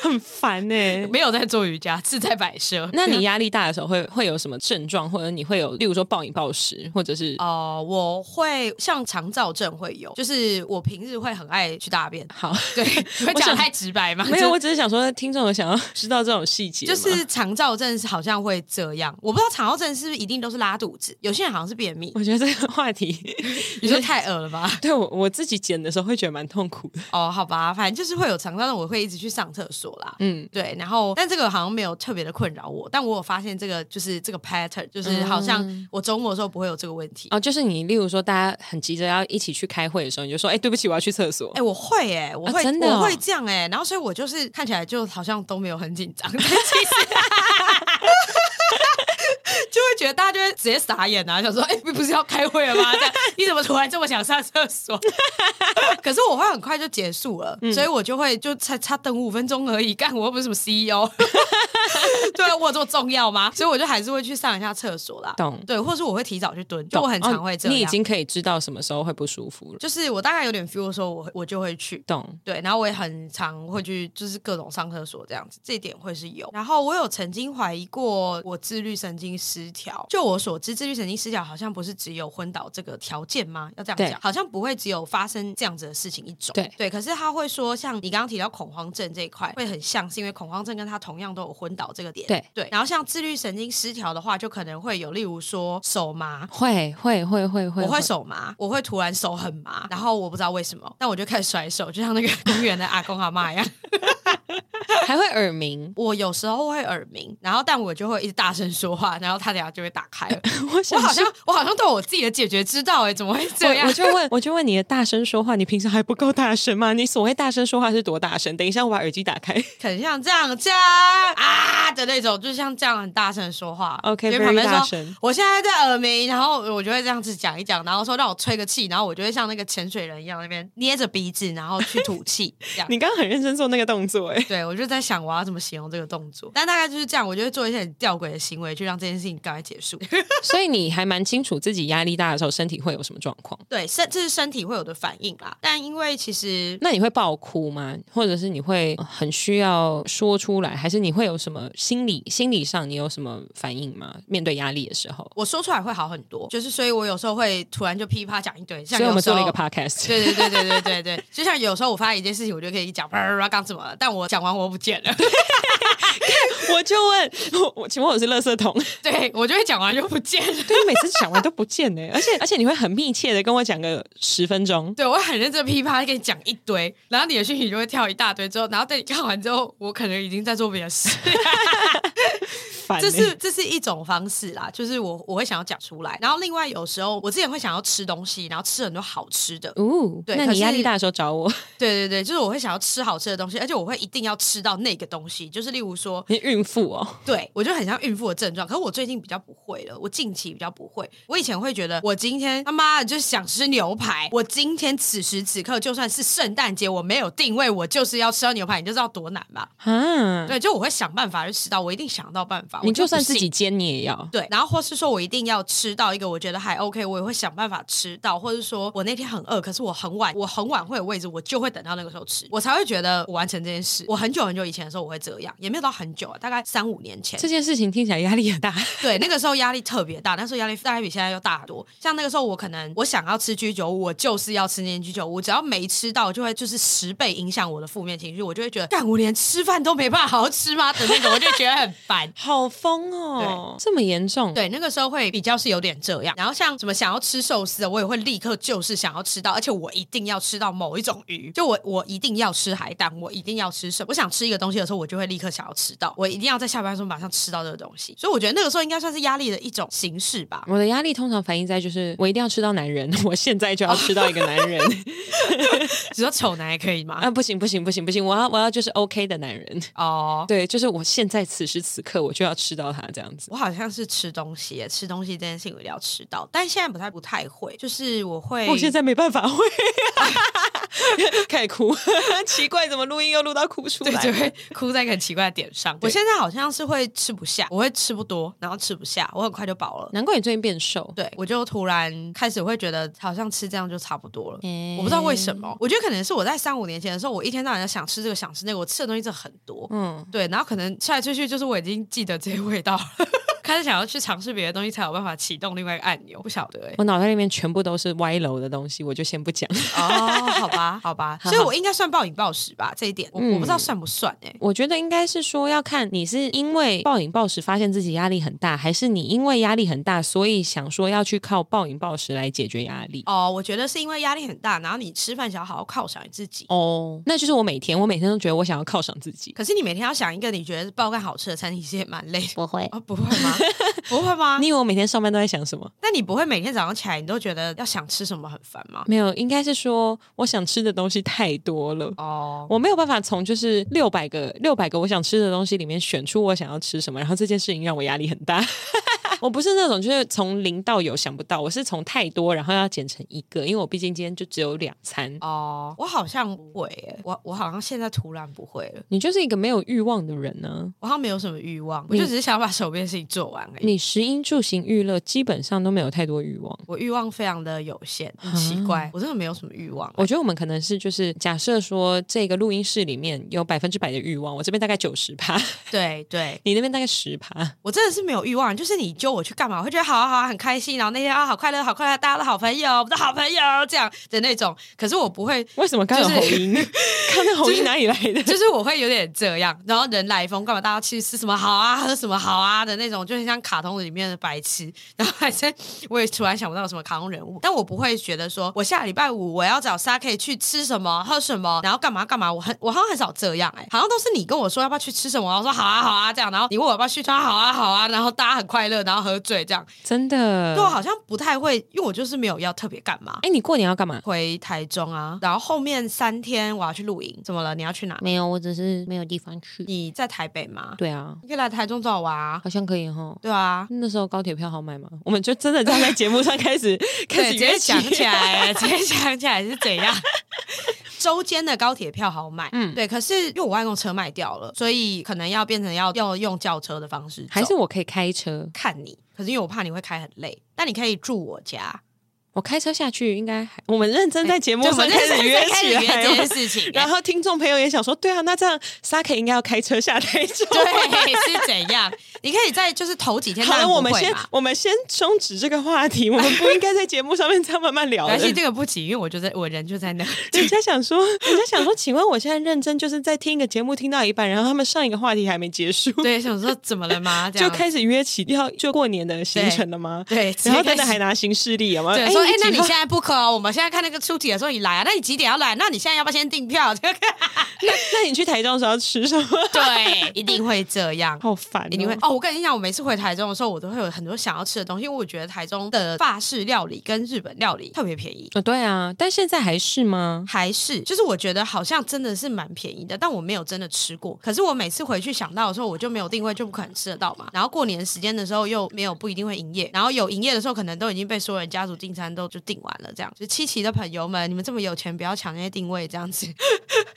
很烦呢、
没有在做瑜伽，是在摆设。
那你压力大的时候会会有什么症状，或者你会有，例如说暴饮暴食，或者是
哦、我会像肠燥症会有，就是我平日会很爱去大便，
好，
对，会
我
讲
想
得太直白吗？
没有，
就
我只是想说，听众有想要知道这种细节吗，
就是肠燥症是好像会这样，我不知道肠燥症是不是一定都是拉肚子，有些人好像是便 秘。
我觉得这 个话题，
你说太恶了吧？
对我我自己剪的时候会觉得蛮痛苦的。
哦，好吧，反正就是会有肠燥症，我会一直去上厕所啦。
嗯，
对，然后但这个好像没有特别的困扰我，但我有发现这个就是这个 pattern，就是好像我周末的时候不会有这个问题。
哦，就是你，例如说大家很急着要一起去开会的时候，你就说，哎，对不起，我要去厕所。
哎、我会哎、我会、
真的哦
我会这样哎、然后所以我就是看起来就好像都没有很紧张，但其实 就会觉得大家就会直接傻眼啊，想说哎、不是要开会了吗？这样你怎么突然这么想上厕所？ 可是我会很快就结束了，
嗯
所以我就会就差差等五分钟而已，干我又不是什么 CEO，对啊，我有这么重要吗？所以我就还是会去上一下厕所啦，
懂
对，或者是我会提早去蹲，就
懂
我很常会这
哦
样，
你已经可以知道什么时候会不舒服了。
就是我大概有点 feel 的时候，我我就会去，
懂，
对，然后我也很常会去，就是各种上厕所这样子，这一点会是有。然后我有曾经怀疑过我自律神经失调，就我所知，自律神经失调好像不是只有昏倒这个条件吗？要这样
对
讲，好像不会只有发生这样子的事情一种。
对
对，可是他会说，像你刚刚提到恐慌症这一块，会很像，是因为恐慌症跟他同样都有昏倒这个点。
对
对，然后像自律神经失调的话，就可能会有，例如说手麻，
会会会会会，
我会手麻，我会突然手很麻，然后我不知道为什么，但我就开始甩手，就 像那个公园的阿公阿妈一样。
还会耳鸣。
我有时候会耳鸣，然后但我就会一直大声说话，然后他等下就会打 开了。
我
我
想
好
说
像我好像都有我自己的解决之道哎、怎么会这
我
样
我？就问，我就问你的大声说话，你平常还不够大声吗？你所谓大声说话是多大声？等一下，我把耳机打开。
很像这样这样啊的那种，就像这样很大声地说话。
OK，
因为旁
very
边
大
说
声
我现在在耳鸣，然后我就会这样子讲一讲，然后说让我吹个气，然后我就会像那个潜水人一样那边捏着鼻子，然后去吐气这样。
你刚刚很认真做那个动作、哎，
对，我就在想我要怎么形容这个动作，但大概就是这样，我就会做一些很吊诡的行为，去让这件事情赶快结束。
所以你还蛮清楚自己压力大的时候身体会有什么状况。
对，身这是身体会有的反应啦，但因为其实。
那你会爆哭吗？或者是你会呃很需要说出来，还是你会有什么心理心理上你有什么反应吗？面对压力的时候，
我说出来会好很多，就是所以，我有时候会突然就噼啪讲一堆，像
所以我
有
们
时候
做了一个 podcast。
对对对对对对对，就像有时候我发现一件事情，我就可以讲啪啪啪刚什么了，但我讲完我我不见了，
我就问我，我请问我是垃圾桶？
对我就会讲完就不见了。
对，你每次讲完都不见呢、欸而且而且你会很密切的跟我讲个十分钟，
对，我会很认真地噼啪地跟你讲一堆，然后你的讯息就会跳一大堆，之后，然后等你看完之后，我可能已经在做别的事。
烦、
这
欸。
是这是一种方式啦，就是我我会想要讲出来。然后另外有时候我之前会想要吃东西，然后吃很多好吃的。
哦，
对
那
可
你
是
压力大的时候找我，
对对对，就是我会想要吃好吃的东西，而且我会一定要吃到那个东西。就是例如说，
你孕妇哦，
对我就很像孕妇的症状，可是我最近比较不会了，我近期比较不会。我以前会觉得我今天他妈的就是想吃牛排，我今天此时此刻就算是圣诞节，我没有定位，我就是要吃到牛排，你就知道多难吧？
啊，
对，就我会想办法去吃到，我一定想到办法。我
你啊就
不
算自
信
己煎你也要。
对，然后或是说我一定要吃到一个我觉得还 OK，我也会想办法吃到，或者说我那天很饿，可是我很晚，我很晚会有位置，我就会等到那个时候吃，我才会觉得我完成这件事。我很久很久以前的时候我会这样，也没有到很久啊，大概三五年前
这。件事情听起来压力很大，
对，那个时候压力特别大，那时候压力大概比现在要大很多。像那个时候我可能我想要吃居酒屋，我就是要吃那间居酒屋，只要没吃到，就会就是十倍影响我的负面情绪，我就会觉得，干我连吃饭都没办法好好吃吗？的那种，我就觉得很烦。
好疯哦，这么严重？
对，那个时候会比较是有点这样。然后像什么想要吃寿司的，我也会立刻就是想要吃到，而且我一定要吃到某一种鱼，就我我一定要吃海胆，我一定要吃什么。我想吃一个东西的时候，我就会立刻想要吃到，我一定要在下班的时候马上吃到这个东西。所以我觉得那个时候应该算是压力的一种形式吧。
我的压力通常反映在就是我一定要吃到男人， 我现在就要吃到一个男人
只说丑男也可以吗？
啊！不行不行不行不行，我要我要就是 OK 的男 人，
哦。
对，就是我现在此时此刻我就要吃到他这样子。
我好像是吃东西耶，吃东西这件事情我一定要吃到，但现在不太不太会，就是我会，
我现在没办法 会，开始哭， 奇怪，怎么录音又录到哭出来？
对，就会 哭在一个很奇怪的点上。我现在好像是会吃不下，我会吃不多，然后吃不下，我很快就饱了。
难怪你最近变瘦，
对，我就突然开始会觉得好像吃这样就差不多了，
嗯
我不知道为什么，我觉得可能是我在三五年前的时候，我一天到晚就想吃这个想吃那个，我吃的东西真的很多，
嗯，
对，然后可能吃来吃去就是我已经记得这些味道了， 开始想要去尝试别的东西才有办法启动另外一个按钮，不晓得哎、
我脑袋里面全部都是歪楼的东西，我就先不讲。
哦，好吧， 好吧，所以我应该算暴饮暴食吧，这一点我、我不知道算不算哎、
我觉得应该是说要看你是因为暴饮暴食发现自己压力很大，还是你因为压力很大，所以想说要去靠暴饮暴食来解决压力。
哦，我觉得是因为压力很大，然后你吃饭想要好好犒赏你自己。
哦，那就是我每天，我每天都觉得我想要犒赏自己。
可是你每天要想一个你觉得爆干好吃的餐厅，其实也蛮累的。
不会，
哦，不会 吗？不会吗
你？以为我每天上班都在想什么？
那你不会每天早上起来，你都觉得要想吃什么很烦吗？
没有，应该是说我想吃的东西太多了。
哦，
我没有办法从就是六百个六百个我想吃的东西里面选出我想要吃什么，然后这件事情让我压力很大。 我不是那种就是从零到有想不到，我是从太多然后要减成一个，因为我毕竟今天就只有两餐。
哦，我好像不会耶，我我好像现在突然不会了，
你就是一个没有欲望的人呢、
我好像没有什么欲望，我就只是想把手边的事情做完而已。
你食衣住行娱乐基本上都没有太多欲望。
我欲望非常的有限，很奇怪，我真的没有什么欲望。
我觉得我们可能是就是假设说这个录音室里面有百分之百的欲望，我这边大概九十趴，
对对，
你那边大概十趴。
我真的是没有欲望，就是你揪我去干嘛，我会觉得好啊好啊，很开心，然后那天啊好快乐，好快乐，大家都好朋友，我们都好朋友这样的那种。可是我不会，
为什么刚刚有
就
喉
是
音？刚刚喉音哪里来的？
就是我会有点这样，然后人来疯，干嘛大家去吃什么好啊，喝什么好啊的那种，就很像卡通里面的白痴。然后反正我也突然想不到有什么卡通人物，但我不会觉得说我下礼拜五我要找 Saki 去吃什么、喝什么，然后干嘛干嘛。我很我好像很少这样哎、好像都是你跟我说要不要去吃什么，然后说好啊好啊这样，然后你问我要不要去吃，好啊好啊，然后大家很快乐，然后喝醉这样。
真的
对我好像不太会，因为我就是没有要特别干嘛。
哎、你过年要干嘛？
回台中啊，然后后面三天我要去露营，怎么了？你要去哪？
没有，我只是没有地方去。
你在台北吗？
对啊，
你可以来台中找我玩啊。
好像可以哈。
对啊，
那时候高铁票好买吗？我们就真的站在节目上开 始开
对，
始
直
约
接
起
想 起来， 直接想起来是怎样。 周间的高铁票好买，嗯，对。可是因为我外公车卖掉了，所以可能要变成要要用轿车的方式走，
还是我可以开车？
看你。可是因为我怕你会开很累，但你可以住我家，
我开车下去应该还……我们认真在节目
就
上
反正
开始约
开始
起
约这
来
件
了。
事情。
然后 听众朋友也想说，对啊，那这样 Saki 应该要开车下台中。
对，是怎样？你可以在就是头几天
好
当
了，
然不
我们
会
先
嘛
我们先终止这个话题，我们不应该在节目上面再慢慢 聊了
而。且这个不急，因为我就在我人就在 那。
人家想说，人家想说，请问我现在认真就是在听一个节目听到一半，然后他们上一个话题还没结束，
对，想说怎么了吗？这
就
样
开始约起要就过年的行程了吗？
对，
然后
直
真
接开
的
始
还拿新势力有啊吗？
对说，哎、
几
那你
号
现在不可哦，我们现在看那个出题的时候你来啊，那你几点要来？那你现在要不要先订票？ 这个
那那你去台中的时候要吃什么？
对，一定会这 样。
好烦、哦，
一定会哦！我跟你讲，我每次回台中的时候，我都会有很多想要吃的东西，因为我觉得台中的法式料理跟日本料理特别便宜。
哦，对啊，但现在还是吗？
还是就是我觉得好像真的是蛮便宜的，但我没有真的吃过。可是我每次回去想到的时候，我就没有定位，就不可能吃得到嘛。然后过年时间的时候又没有不一定会营业，然后有营业的时候可能都已经被所有人家族订餐都就订完了，这样。就七期的朋友们，你们这么有钱，不要抢那些定位，这样子。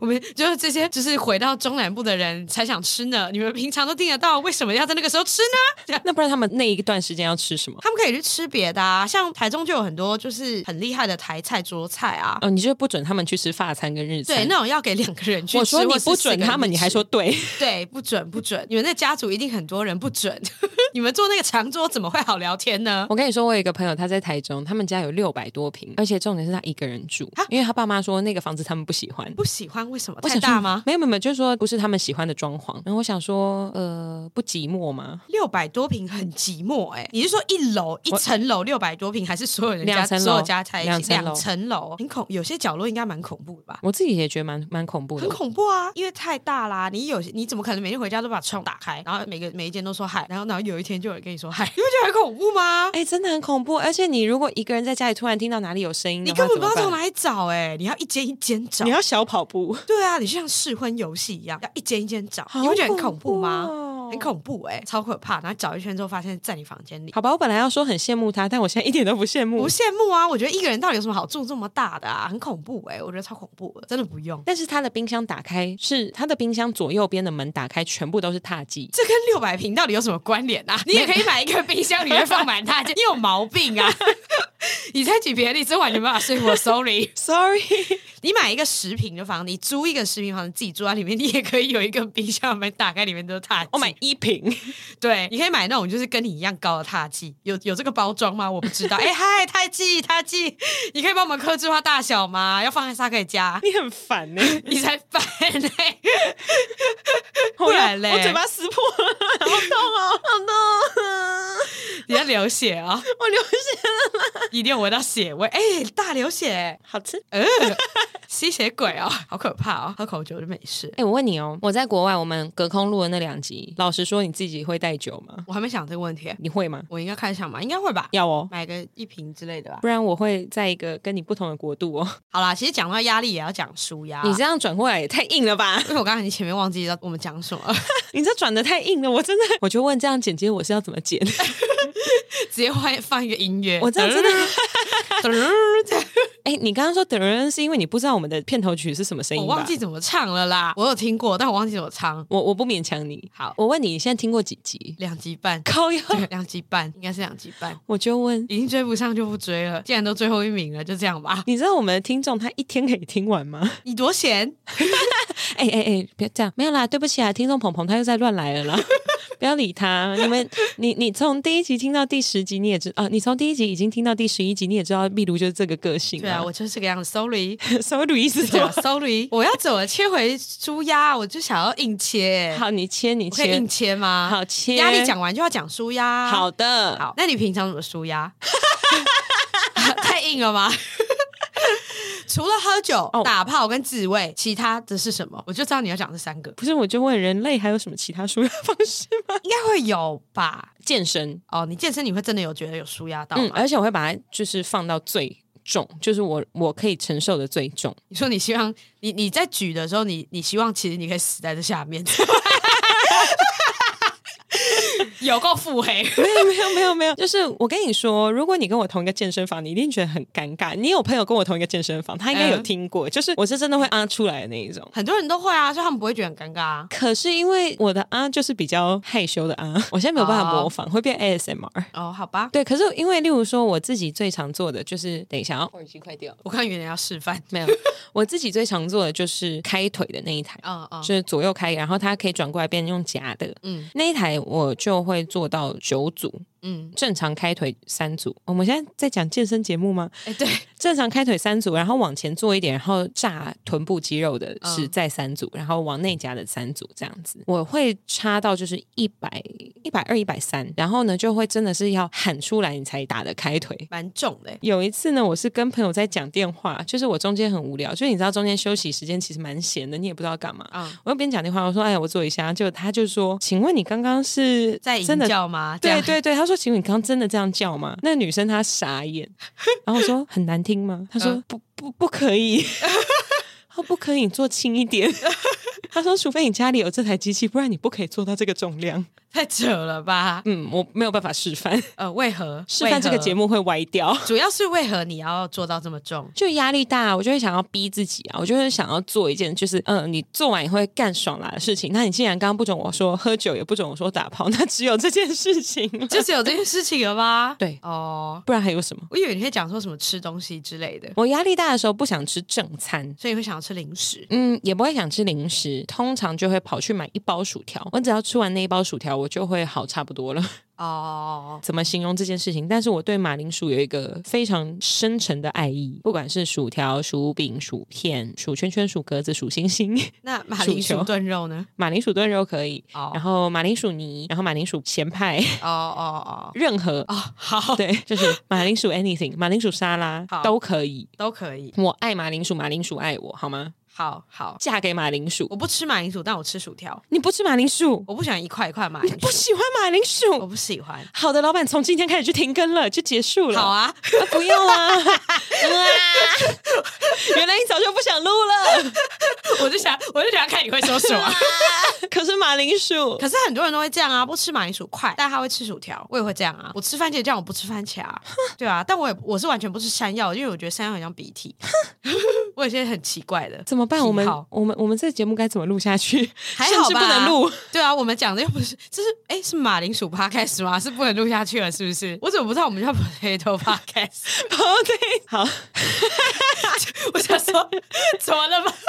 我们就是这些，就是回到中南部的人才想吃呢。你们平常都订得到，为什么要在那个时候吃呢？
那不然他们那一段时间要吃什么？
他们可以去吃别的啊，像台中就有很多就是很厉害的台菜、桌菜啊。
哦，你就不准他们去吃法餐跟日餐？
对，那种要给两个人去吃。
我说
或
你
是
不
四个
准他们，
人
你
去
还说对？
对，不准不准。你们那家族一定很多人不准， 你们坐那个长桌怎么会好聊天呢？
我跟你说，我有一个朋友，他在台中，他们家有六百多平，而且重点是他一个人住
啊，
因为他爸妈说那个房子他们不喜欢。
不喜欢为什么？
我
太
想说
大吗？？
没有没有没有，就是说不是他们喜欢的装潢。然后我想说，呃，不寂寞吗？
六百多平很寂寞哎、你是说一楼一层楼六百多平，还是所有人家
两层楼
所有家在一
两
起
层楼
两层楼？很恐，有些角落应该蛮恐怖的吧？
我自己也觉得蛮蛮恐怖的
很。恐怖啊，因为太大啦。你有你怎么可能每天回家都把窗打开，然后每个每一间都说嗨，然后然后有一天就有人跟你说嗨，你不觉得很恐怖吗？
哎、真的很恐怖。而且你如果一个人在家里突然听到哪里有声音
你
的
根
话，
本不知道
怎么
从
办
哪里找哎、你要一间一间找
你。要小跑步，
对啊，你就像试婚游戏一样，要一间一间找，你不觉得很恐怖吗？
哦
很恐怖哎、超可怕！然后找一圈之后，发现在你房间 里，
好吧，我本来要说很羡慕他，但我现在一点都不羡慕
不。羡慕啊！我觉得一个人到底有什么好住这么大的啊？很恐怖哎、我觉得超恐怖的，真的不用。
但是他的冰箱打开是他的冰箱左右边的门打开，全部都是踏迹。
这跟六百平到底有什么关联啊？你也可以买一个冰箱，里面放 满它，你有毛病啊！你在举别的例子，完全没办法说服我。Sorry，
Sorry，
你买一个十平的房子，你租一个十平房子自己住在里面，你也可以有一个冰箱门打开，里面都是它。
我买 Oh 一瓶。
对，你可以买那种就是跟你一样高的踏剂，有有这个包装吗？我不知道。哎、 嗨，踏剂踏剂，你可以帮我们克制化大小吗？要放在沙克家，
你很烦欸呢、
你才烦嘞、
不
然嘞
我嘴巴撕破了，好痛 哦，好痛啊、
你要流血啊、
我流血了，
一定有闻到血味，哎、大流血，
好吃。
呃，吸血鬼哦，好可怕哦，喝口酒就没事。
哎、我问你哦，我在国外，我们隔空录的那两集，老实说，你自己会带酒吗？
我还没想这个问题，
你会吗？
我应该开想吧，应该会吧，
要哦，
买个一瓶之类的吧
不。然我会在一个跟你不同的国度哦。
好啦，其实讲到压力也要讲舒压啊，
你这样转过来也太硬了吧？
因为我刚才你前面忘记要我们讲什么了，
你这转的太硬了，我真的，我就问这样剪接我是要怎么剪？
哎直接换放一个音乐，
我这样真的，
噔儿这样
哎、你刚刚说等人是因为你不知道我们的片头曲是什么声音
我
吧？
忘记怎么唱了啦，我有听过，但我忘记怎么唱。
我我不勉强你。
好
我问你，你现在听过几集？，
两集半
靠腰，
对，两集半应该是两集半，
我就问
已经追不上就不追了。既然都最后一名了，就这样吧。
你知道我们的听众他一天可以听完吗？
你多闲，
哎哎哎，不要这样，没有啦，对不起啊，听众鹏鹏他又在乱来了啦， 不要理他。你们，你你从第一集听到第十集，你也知啊，你从第一集已经听到第十一集，你也知道壁炉就是这个个性、
对啊，我就是这个样子。Sorry，
我 sorry 是什
对啊
么？
，Sorry，我要怎么切回舒压？我就想要硬切，
好，你切你
我可以
切
硬，切吗？
好切，
压力讲完就要讲舒压。
好的，
好，那你平常怎么舒 压？太硬了 吗？除了喝酒、
哦
打炮跟自慰，其他的是什么？我就知道你要讲这三个，
不是我就问人类还有什么其他舒压 方式吗？
应该会有吧？
健身，
哦，你健身你会真的有觉得有舒压到吗？
嗯，而且我会把它就是放到最重，就是我我可以承受的最重。
你说你希望你你在举的时候，你你希望其实你可以死在这下面。 有够腹黑。
没有没有没有没有， 就是我跟你说，如果你跟我同一个健身房，你一定觉得很尴尬。你有朋友跟我同一个健身房，他应该有
嗯
听过，就是我是真的会啊出来的那一种。
很多人都会啊，所以他们不会觉得很尴尬啊。
可是因为我的啊就是比较害羞的 啊，我现在没有办法模仿，会变 ASMR。
哦，好吧，
对，可是因为例如说我自己最常做的就是，等一下哦，我已经快掉了，
我看原来要示范。
没有，我自己最常做的就是开腿的那一台，
嗯嗯，
就是左右开，然后它可以转过来变用夹的，
嗯
那一台我就会做到九组，
嗯，
正常开腿三组。我们现在在讲健身节目吗？
哎、对，
正常开腿三组，然后往前做一点，然后炸臀部肌肉的是
嗯
再三组，然后往内夹的三组这样子。我会插到就是一百、一百二、一百三，然后呢就会真的是要喊出来你才打得开腿。
蛮重的欸、
有一次呢，我是跟朋友在讲电话，就是我中间很无聊，就是你知道中间休息时间其实蛮闲的，你也不知道干嘛。
嗯
我就边讲电话，我说：“哎呀，我坐一下。”就他就说：“请问你刚刚是
在
真
营
的
教吗？这
对
样，
对对，他说：“请问你刚刚真的这样叫吗？”那个女生她傻 眼，然后我说：“很难听吗？”她说：“
嗯
不不不可 以，她说不可以，你做轻一 点。”她说：“除非你家里有这台机器，不然你不可以做到这个重量。
太扯了吧”？
嗯，我没有办法示 范，
呃，为何
示范这个节
目，
目会歪掉。
主要是为何你要做到这么重？
就压力大，我就会想要逼自己啊，我就会想要做一件就是嗯，你做完也会干爽啦的事情。那你既然刚刚不准我说喝酒，也不准我说打炮，那只有这件事情了，
就是有这件事情了吗？
对
哦，
不然还有什么？
我以为你会讲说什么吃东西之类的，
我压力大的时候不想吃正餐，
所以你会想要吃零食。
嗯，也不会想吃零食，通常就会跑去买一包薯条。我只要吃完那一包薯条，我就会好差不多了。
哦，
怎么形容这件事情？但是我对马铃薯有一个非常深沉的爱意，不管是薯条、薯饼、薯片、薯圈圈、薯格子、薯星星，
那马铃
薯
薯
球
炖肉呢？
马铃薯炖肉可以，
哦
然后马铃薯泥，然后马铃薯咸派，
哦哦
任何。
哦哦，好，
对，就是马铃薯 anything，马铃薯沙拉
好
都可以。
都可以，
我爱马铃薯，马铃薯爱我，好吗？
好好。
嫁给马铃薯，
我不吃马铃薯，但我吃薯条。
你不吃马铃薯，
我不喜欢一块一块马
你
铃薯
不，喜欢马铃薯，
我不喜欢。
好的，老板，从今天开始就停更了，就结束了。
好，啊，
不用啊！ 哇，原来你早就不想录 了。
我就想，我就想看你会说什 么。
可是马铃薯
可是很多人都会这样啊，不吃马铃薯块，但他会吃薯条。我也会这样啊，我吃番茄酱，我不吃番茄啊。对啊，但我也我是完全不吃山药，因为我觉得山药很像鼻涕。我有些很奇怪的，
怎么办？我们
喜好
我们我们这节目该怎么录下去？
还
甚
好
至
吧？
不能。录。
对啊，我们讲的又不是，这是哎、是马铃薯 podcast 吗？是不能录下去了，是不是？我怎么不知道我们叫 potato podcast？
好对，好，
我想说，怎么了吗？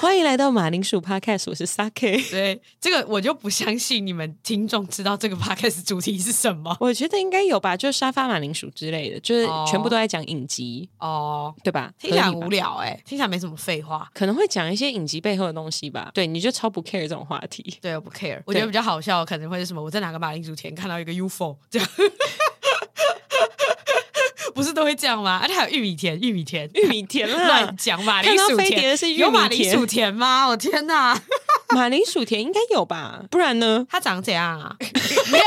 欢迎来到马铃薯 Podcast，我是 Sake。
对，这个我就不相信你们听众知道这个 podcast 主题是什么
我觉得应该有吧，就是沙发马铃薯之类的，就是
哦
全部都在讲影集，
哦。
对吧？
听起来
合理
很
吧
无聊哎、听起来没什么废话。
可能会讲一些影集背后的东西吧。对，你就超不 care 这种话题。
对，我不 care。我觉得比较好笑，可能会是什么？我在哪个马铃薯田看到一个 UFO，这样， 不是都会这样吗？而啊且还有玉米田，玉米 田，
玉米甜 啦
乱，讲马铃
看
薯
到飞碟
田
的是玉米
有马铃
田
薯田吗？我天 哪，
马铃薯甜应该有吧？不然呢？
它长怎样啊？ 没有，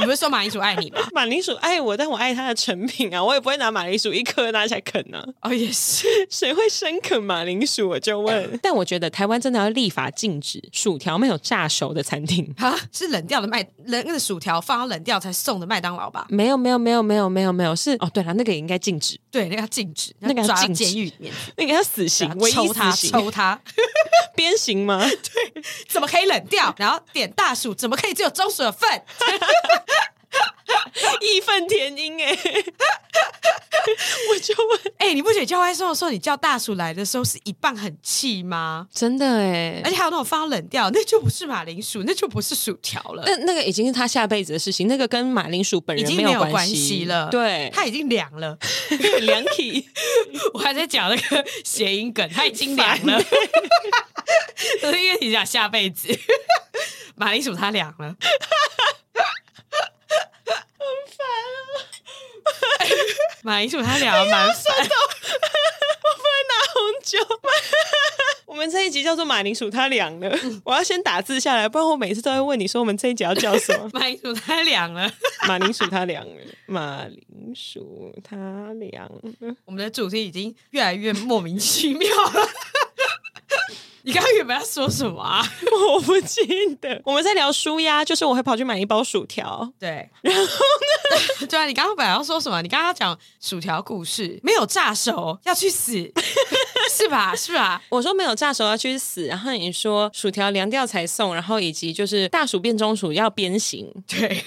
你不是说马铃薯爱你吗？
马铃薯爱我，但我爱它的成品啊，我也不会拿马铃薯一颗拿起来啃啊，
哦，也是，
谁会生啃马铃薯？我就问。 但我觉得台湾真的要立法禁止薯条没有炸熟的餐厅。
啊，是冷掉的麦冷那个薯条放到冷掉才送的麦当劳吧？
没有没有没有没有没有没有是哦，对了，那个也应该禁止，
对，那个要禁止，
那个要
抓到
禁止
监狱里面去，
那个要死刑
然，后
唯一
抽他，
死刑，
抽他，
鞭刑吗？
怎么可以冷掉？然后点大薯，怎么可以只有中薯的份？
义愤填膺哎， 我就问，
哎、你不觉得叫外送的时候，你叫大薯来的时候是一半很气吗？
真的哎
而且还有那种放到冷掉，那就不是马铃薯，那就不是薯条了，
那那个已经是他下辈子的事情，那个跟马铃薯本
已
人
经
有
有关
系
了。
对，
它已经凉了。
两体。
我还在讲那个谐音梗，它已经凉了。 可是因为你讲下辈子，马铃薯它凉了。很烦啊！ 马铃薯它凉了蛮烦。。
红酒。 我们这一集叫做马铃薯，它凉了。我要先打字下来，不然我每次都会问你说我们这一集要叫什么
马铃薯它凉了。
马铃薯它凉了，马铃薯它凉了。
我们的主题已经越来越莫名其妙了。 你刚刚原本要说什么啊？
我不记得。我们在聊舒压，就是我会跑去买一包薯条。
对，然后呢？ 对啊，你刚刚本来要说什么？你刚刚讲薯条故事，没有炸熟要去死， 是吧？是吧？
我说没有炸熟要去死，然后你说薯条凉掉才送，然后以及就是大薯变中薯要鞭刑，
对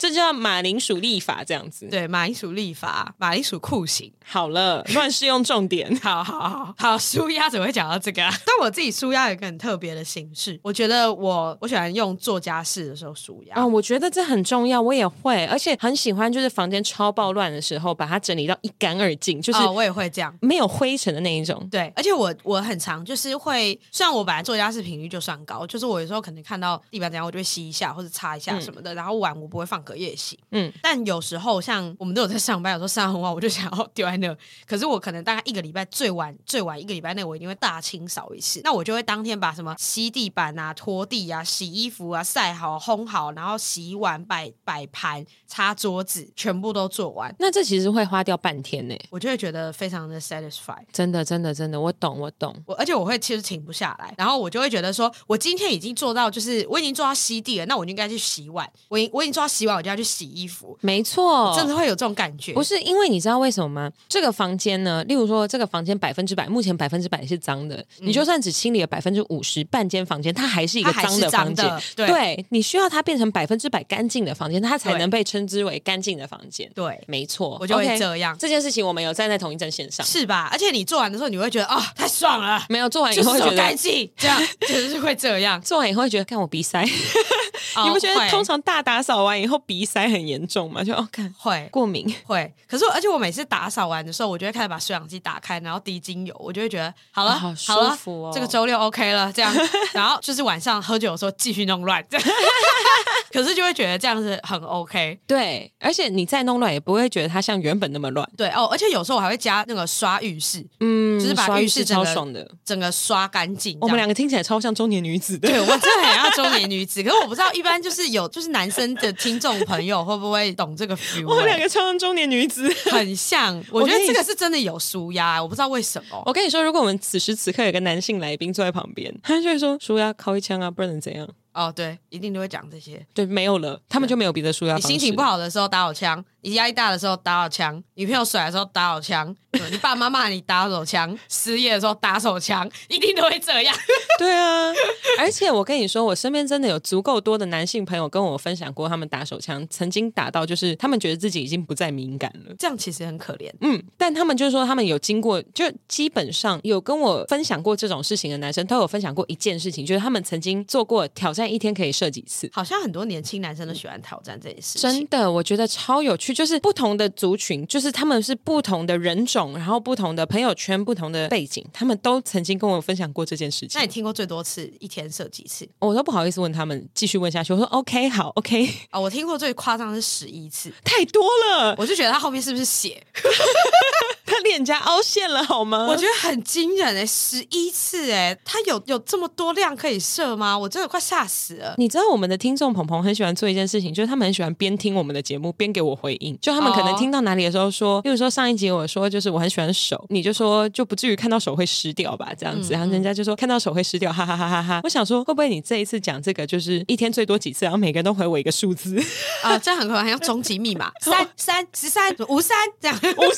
这叫马铃薯立法这样子。
对，马铃薯立法，马铃薯酷刑。。
好了，乱试用重点
好好好好，舒压怎么会讲到这个、啊？ 但我自己舒压有一个很特别的形式，我觉得我我喜欢用做家事的时候舒 压。
啊、我觉得这很重要，我也会，而且很喜欢，就是房间超暴乱的时候，把它整理到一干二净，就是
哦，我也会这样。
没有灰尘的那一种。
对，而且我我很常就是会，虽然我本来做家事频率就算高，就是我有时候可能看到地板怎样，我就会吸一下或者擦一下什么的，然后碗我不会放隔夜洗，
嗯
嗯，但有时候像我们都有在上班，有时候上完晚我就想要 丢在那，可是我可能大概一个礼拜最晚最晚一个礼拜内我一定会大清扫一次，那我就会当天把什么吸地板啊、拖地啊、洗衣服啊、晒好、烘好，然后洗碗、摆摆盘、擦桌子，全部都做完，
那这其实会花掉半天呢、
我就会觉得非常的 satisfied。
真的，真的，真的，我懂，我懂。
我而且我会其实停不下来，然后我就会觉得说，我今天已经做到，就是我已经做到吸地了，那我就应该去洗碗。我已我已经做到洗碗，我就要去洗衣服，
没错，
真的会有这种感觉。
哦不是因为你知道为什么吗？这个房间呢，例如说这个房间百分之百，目前百分之百是脏的，你就算只清理了百分之五十，半间房间嗯它还是一个
它还
脏
是
的房间
脏的。对
你需要它变成百分之百干净的房间，它才
对
能被称之为干净的房间。
对，
没错，
我就会
哦 OK，
这样
这件事情我们有站在同一阵线上，
是吧？而且你做完的时候，你会觉得啊、哦，太爽了，
没有做完以
就
后会
是手
觉
干
得。
净，这样就是会这样。
做完以后会觉得，看我鼻塞， 你
哦
不觉得
会
通常大打扫完以后鼻塞很严重吗？就哦，看
会
过敏，
会？可是我而且我每次打扫完的时候，我就会开始把水氧机打开，然后滴精油，我就会觉得好了，
哦好
了
舒服哦
这个周六 OK 了，这样。 然后就是晚上喝酒的时候继续弄乱， 可是就会觉得这样子很 OK。
对，而且你再弄乱也不会觉得它像原本那么乱，
对哦，而且有时候我还会加那个刷浴室，
嗯，
就是把
刷
浴
浴室
室整
超
个
爽的。
整个刷干净。
我们
这样
两个听起来超像中年女子的。
对 我真的很要中年女子，可是我不知道一般就是有就是男生的听众朋友会不会懂这个 feel？
我们两
欸
个超像中年女子。
很像，我
我
觉得
跟你
这个是真的有舒压，我不知道为什么。
我跟你说，如果我们此时此刻有一个男性来宾坐在旁边，他就会说：“舒压靠一枪啊，不然能怎样
哦，对，一定都会讲这些。？”
对，没有了，他们就没有别的舒压
你
方式。
心情不，好的时候打手枪，你压力大的时候打手枪，女朋友甩的时候打手枪，对你爸妈骂你打手枪，失业的时候打手枪，一定都会这样。
对啊。而且我跟你说，我身边真的有足够多的男性朋友跟我分享过，他们打手枪曾经打到，就是他们觉得自己已经不再敏感了。
这样其实很可怜。
嗯，但他们就是说，他们有经过，就基本上有跟我分享过这种事情的男生，都有分享过一件事情，就是他们曾经做过挑战，一天可以射几次。
好像很多年轻男生都喜欢挑战这件事情。
真的，我觉得超有趣，就是不同的族群，就是他们是不同的人种，然后不同的朋友圈、不同的背景，他们都曾经跟我分享过这件事情
那。你听过最多次一天射几次？
哦我都不好意思问他们，继续问下去。我说 OK，好，OK，
哦，我听过最夸张的是十一次，
太多了，
我就觉得他后面是不是血？
他脸颊凹陷了好吗？
我觉得很惊人哎、十一次哎、他有有这么多量可以射吗？我真的快吓死了。
你知道我们的听众鹏鹏很喜欢做一件事情，就是他们很喜欢边听我们的节目边给我回应。就他们可能
哦
听到哪里的时候说，比如说上一集我说就是我很喜欢手，你就说就不至于看到手会湿掉吧这样
嗯
子，然后人家就说看到手会湿掉，哈哈哈哈哈。我想说会不会你这一次讲这个就是一天最多几次，然后每个人都回我一个数 字五
啊、这样很可怕，很像终极密码，三三十三五三这样，
十三，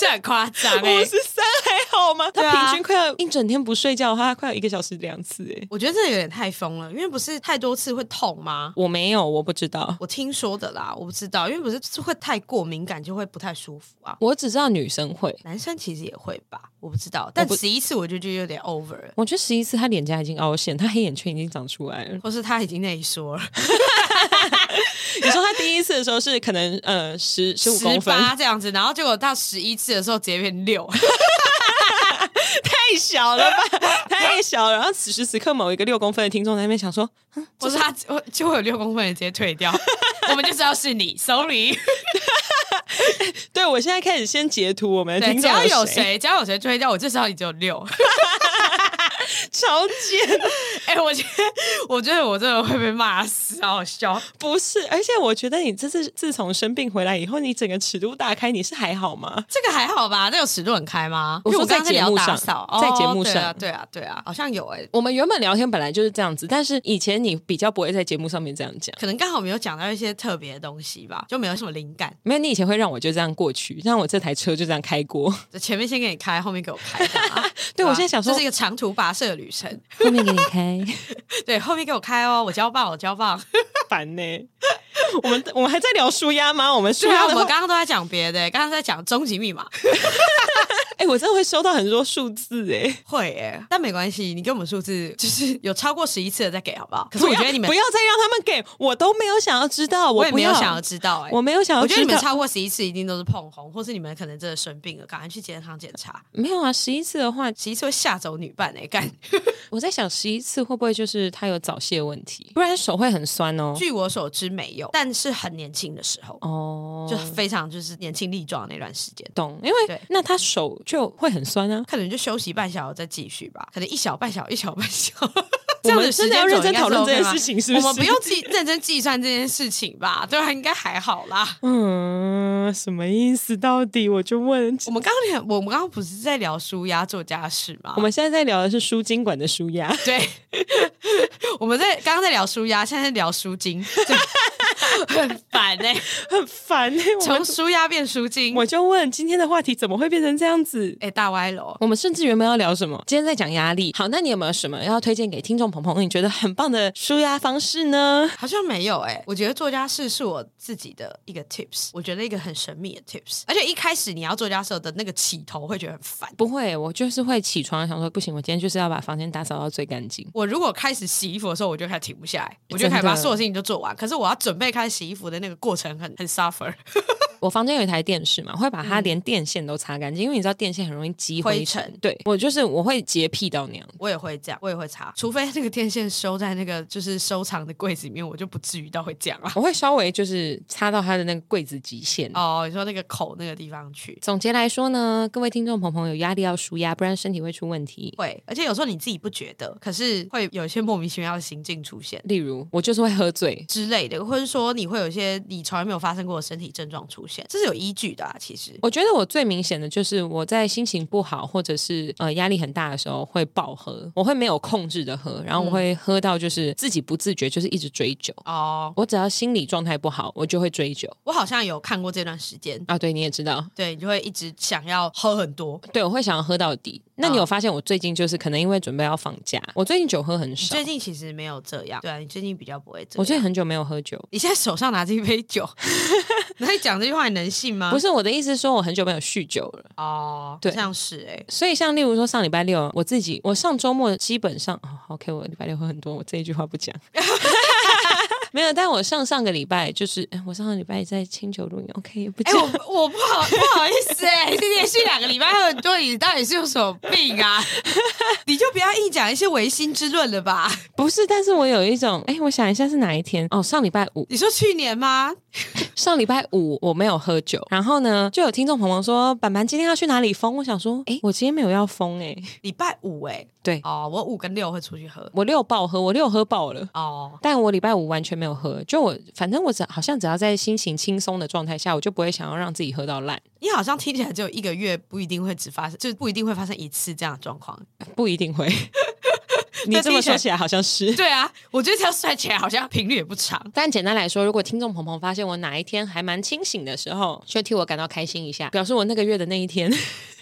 这很夸张
五
哎。
十三还好吗？
对
他
啊
平均快要欸一整天不睡觉，他快要一个小时两次哎、
我觉得这有点太疯了，因为不是太多次会痛吗？
我没有，我不知道。
我听说的啦，我不知道，因为不是是会太过敏感就会不太舒服啊。
我只知道女生会，
男生其实也会吧，我不知道，但
不
十一次我就觉得有点 over 了，
我觉得十一次他脸颊已经凹陷，他黑眼圈已经长出来了。
或是他已经内缩了，
你说他第一次的时候是可能呃十十五
十
公分，
八这样子，然后结果到十一次的时候直接变 六，
太小了 吧，太小了。然后此时此刻，某一个六公分的听众在那边想说，
或是他就就会有六公分的直接退掉，我们就知道是你，sorry。
对我现在开始先截图我们的
对，
听
只
众
要有
谁，
谁只要有谁退掉，我就知道你只有六。
超贱。
哎、我觉得，我觉得我真的会被骂死，好好笑。
不是，而且我觉得你这次自从生病回来以后，你整个尺度大开，你是还好吗？
这个还好吧？那有尺度很开吗？
我说
因为刚刚
在节目
聊打
上
扫，
在
哦
节目
对啊
上
对啊，对啊，好像有哎、
我们原本聊天本来就是这样子，但是以前你比较不会在节目上面这样讲。
可能刚好没有讲到一些特别的东西吧，就没有什么灵感。
没有，你以前会让我就这样过去，让我这台车就这样开过，
就前面先给你开，后面给我开这样啊。
对
吧
我现在想说
这是一个长途跋涉的旅程。
后面给你开，
对，后面给我开哦，我交棒，我交棒。
烦呢、我们我们还在聊舒压吗？我们舒
对啊，
压
我
的
们
话，
刚刚都在讲别的，欸刚刚在讲终极密码，
哎、我真的会收到很多数字哎、
会耶，但没关系，你给我们数字，就是有超过十一次的再给好不好？可是我觉得你们
不要再让他们给我，都没有想要知道，
我
我
也
不
没有
要
想要，知道哎、
我没有想要
我觉得
知
你们
道，
超过十一次一定都是碰红，或是你们可能真的生病了，赶快去健康检查。
没有啊。十一次的话，
十一次会吓走女伴哎、干！
我在想十一次会不会就是他有早泄问题，不然手会很酸哦。
据我所知没有，但是很年轻的时候，
哦，
就非常就是年轻力壮的那段时间。
懂，因
对
为那他手就会很酸啊。
可能就休息半小时再继续吧，可能一小半小一小半小。
我
这样
们
子时
真的要
间轴
认真
应该是
讨论这
OK
件
吧
事情是不是
我们不用计认真计算这件事情吧？对啊，应该还好 啦。
嗯，什么意思？到底我就问，
我们刚刚聊，我们刚刚不是在聊舒压做家事吗？
我们现在在聊的是输精管的输压，
对，我们在刚刚在聊舒压，现在在聊舒筋， 对很烦哎、
很烦哎、 我
从
们
舒压变舒筋，
我就问今天的话题怎么会变成这样子？
哎、大歪楼。
我们甚至原本要聊什么，今天在讲压力。好，那你有没有什么要推荐给听众朋友？你觉得很棒的舒压方式呢？
好像没有哎、我觉得做家事是我自己的一个 tips，我觉得一个很神秘的 tips，而且一开始你要做家事的那个起头会觉得很烦，
不会，我就是会起床想说，不行，我今天就是要把房间打扫到最干净。
我如果开始洗衣服的时候，我就开始停不下来，我就开始把所有事情都做完。可是我要准备开始洗衣服的那个过程很很 suffer，
我房间有一台电视嘛，会把它连电线都擦干净，因为你知道电线很容易积
灰
嗯灰尘。
尘
对我就是我会洁癖到那样。
我也会这样，我也会擦，除非那个电线收在那个就是收藏的柜子里面，我就不至于到会这样啊。
我会稍微就是擦到它的那个柜子极限。
哦，你说那个口那个地方去。
总结来说呢，各位听众朋友朋友，有压力要舒压，不然身体会出问题。
会，而且有时候你自己不觉得，可是会有一些莫名其妙的行径出现
例如，我就是会喝醉，
之类的，或者说你会有一些你从来没有发生过的身体症状出现，这是有依据的啊。其实
我觉得我最明显的就是我在心情不好或者是呃压力很大的时候会暴喝，我会没有控制的喝，然后
嗯
我会喝到就是自己不自觉，就是一直追酒。
哦，
我只要心理状态不好，我就会追酒
我好像有看过这段时间，
啊。对，你也知道，
对你就会一直想要喝很多，
对我会想要喝到底。那你
嗯
有发现我最近就是可能因为准备要放假，我最近酒喝很少
最，近其实没有这样，对啊，你最近比较不会这样。
我最近很久没有喝酒。
你现在手上拿着一杯酒， 那你讲这句话你能信吗？
不
是
是我的意思，说我很久没有酗酒了。
哦，
对
这样是哎、
所以，像例如说上礼拜六，我自己我上周末基本上、哦、，OK，我礼拜六喝很多，我这一句话不讲。 没有，但我上上个礼拜就是，哎我上个礼拜在清酒露营，OK，也不
哎、
讲。
我我不好不好意思哎、 你连续两个礼拜喝很多，你到底是有什么病啊？ 你就不要硬讲一些唯心之论了吧？
不是，但是我有一种，哎，我想一下是哪一天哦，上礼拜五，
你说去年吗？
上礼拜五我没有喝酒，然后呢，就有听众朋友说，板板今天要去哪里疯？我想说，哎，我今天没有要疯、诶哎，
礼拜五哎、
对
哦，我五跟六会出去喝
我六爆喝，我六喝爆了。
哦。
但我礼拜五完全没有喝，就我反正我只好像只要在心情轻松的状态下，我就不会想要让自己喝到烂，
你好像听起来只有一个月，不一定会只发生，就是不一定会发生一次这样的状况。
不一定会。 你这么说起来好像是。
对啊，我觉得这样算起来好像频率也不长。
但简单来说，如果听众鹏鹏发现我哪一天还蛮清醒的时候，就替我感到开心一下，表示我那个月的那一天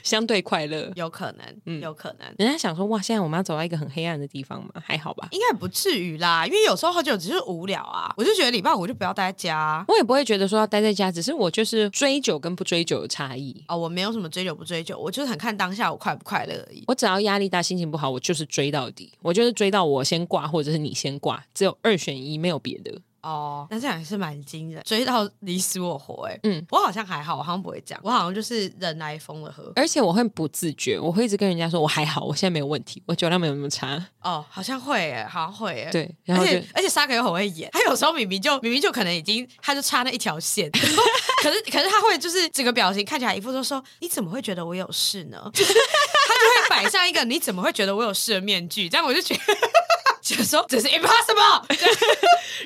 相对快乐。
有可能，有可能，
人家想说，哇，现在我们要走到一个很黑暗的地方嘛，还好吧？
应该不至于啦，因为有时候喝酒只是无聊啊，我就觉得礼拜五就不要待在家啊、
我也不会觉得说要待在家，只是我就是追酒跟不追酒的差异。
哦，我没有什么追求不追求，我就是很看当下我快不快乐而已。
我只要压力大、心情不好，我就是追到底，我就是追到我先挂，或者是你先挂，只有二选一，没有别的。
哦，那这样也是蛮惊人，追到你死我活哎、嗯
嗯，
我好像还好，我好像不会这样，我好像就是人来疯了喝。
而且我会不自觉，我会一直跟人家说我还好，我现在没有问题，我酒量没有那么差。
哦，好像会哎、好像会哎、
对，然
而
后就
且而且沙可又很会演，他有时候明明就明明就可能已经他就差那一条线， 然后可是可是他会就是整个表情看起来一副就说你怎么会觉得我有 事呢？就是他就会摆上一个你怎么会觉得我有事的面具，这样我就觉得。 想说这是 impossible，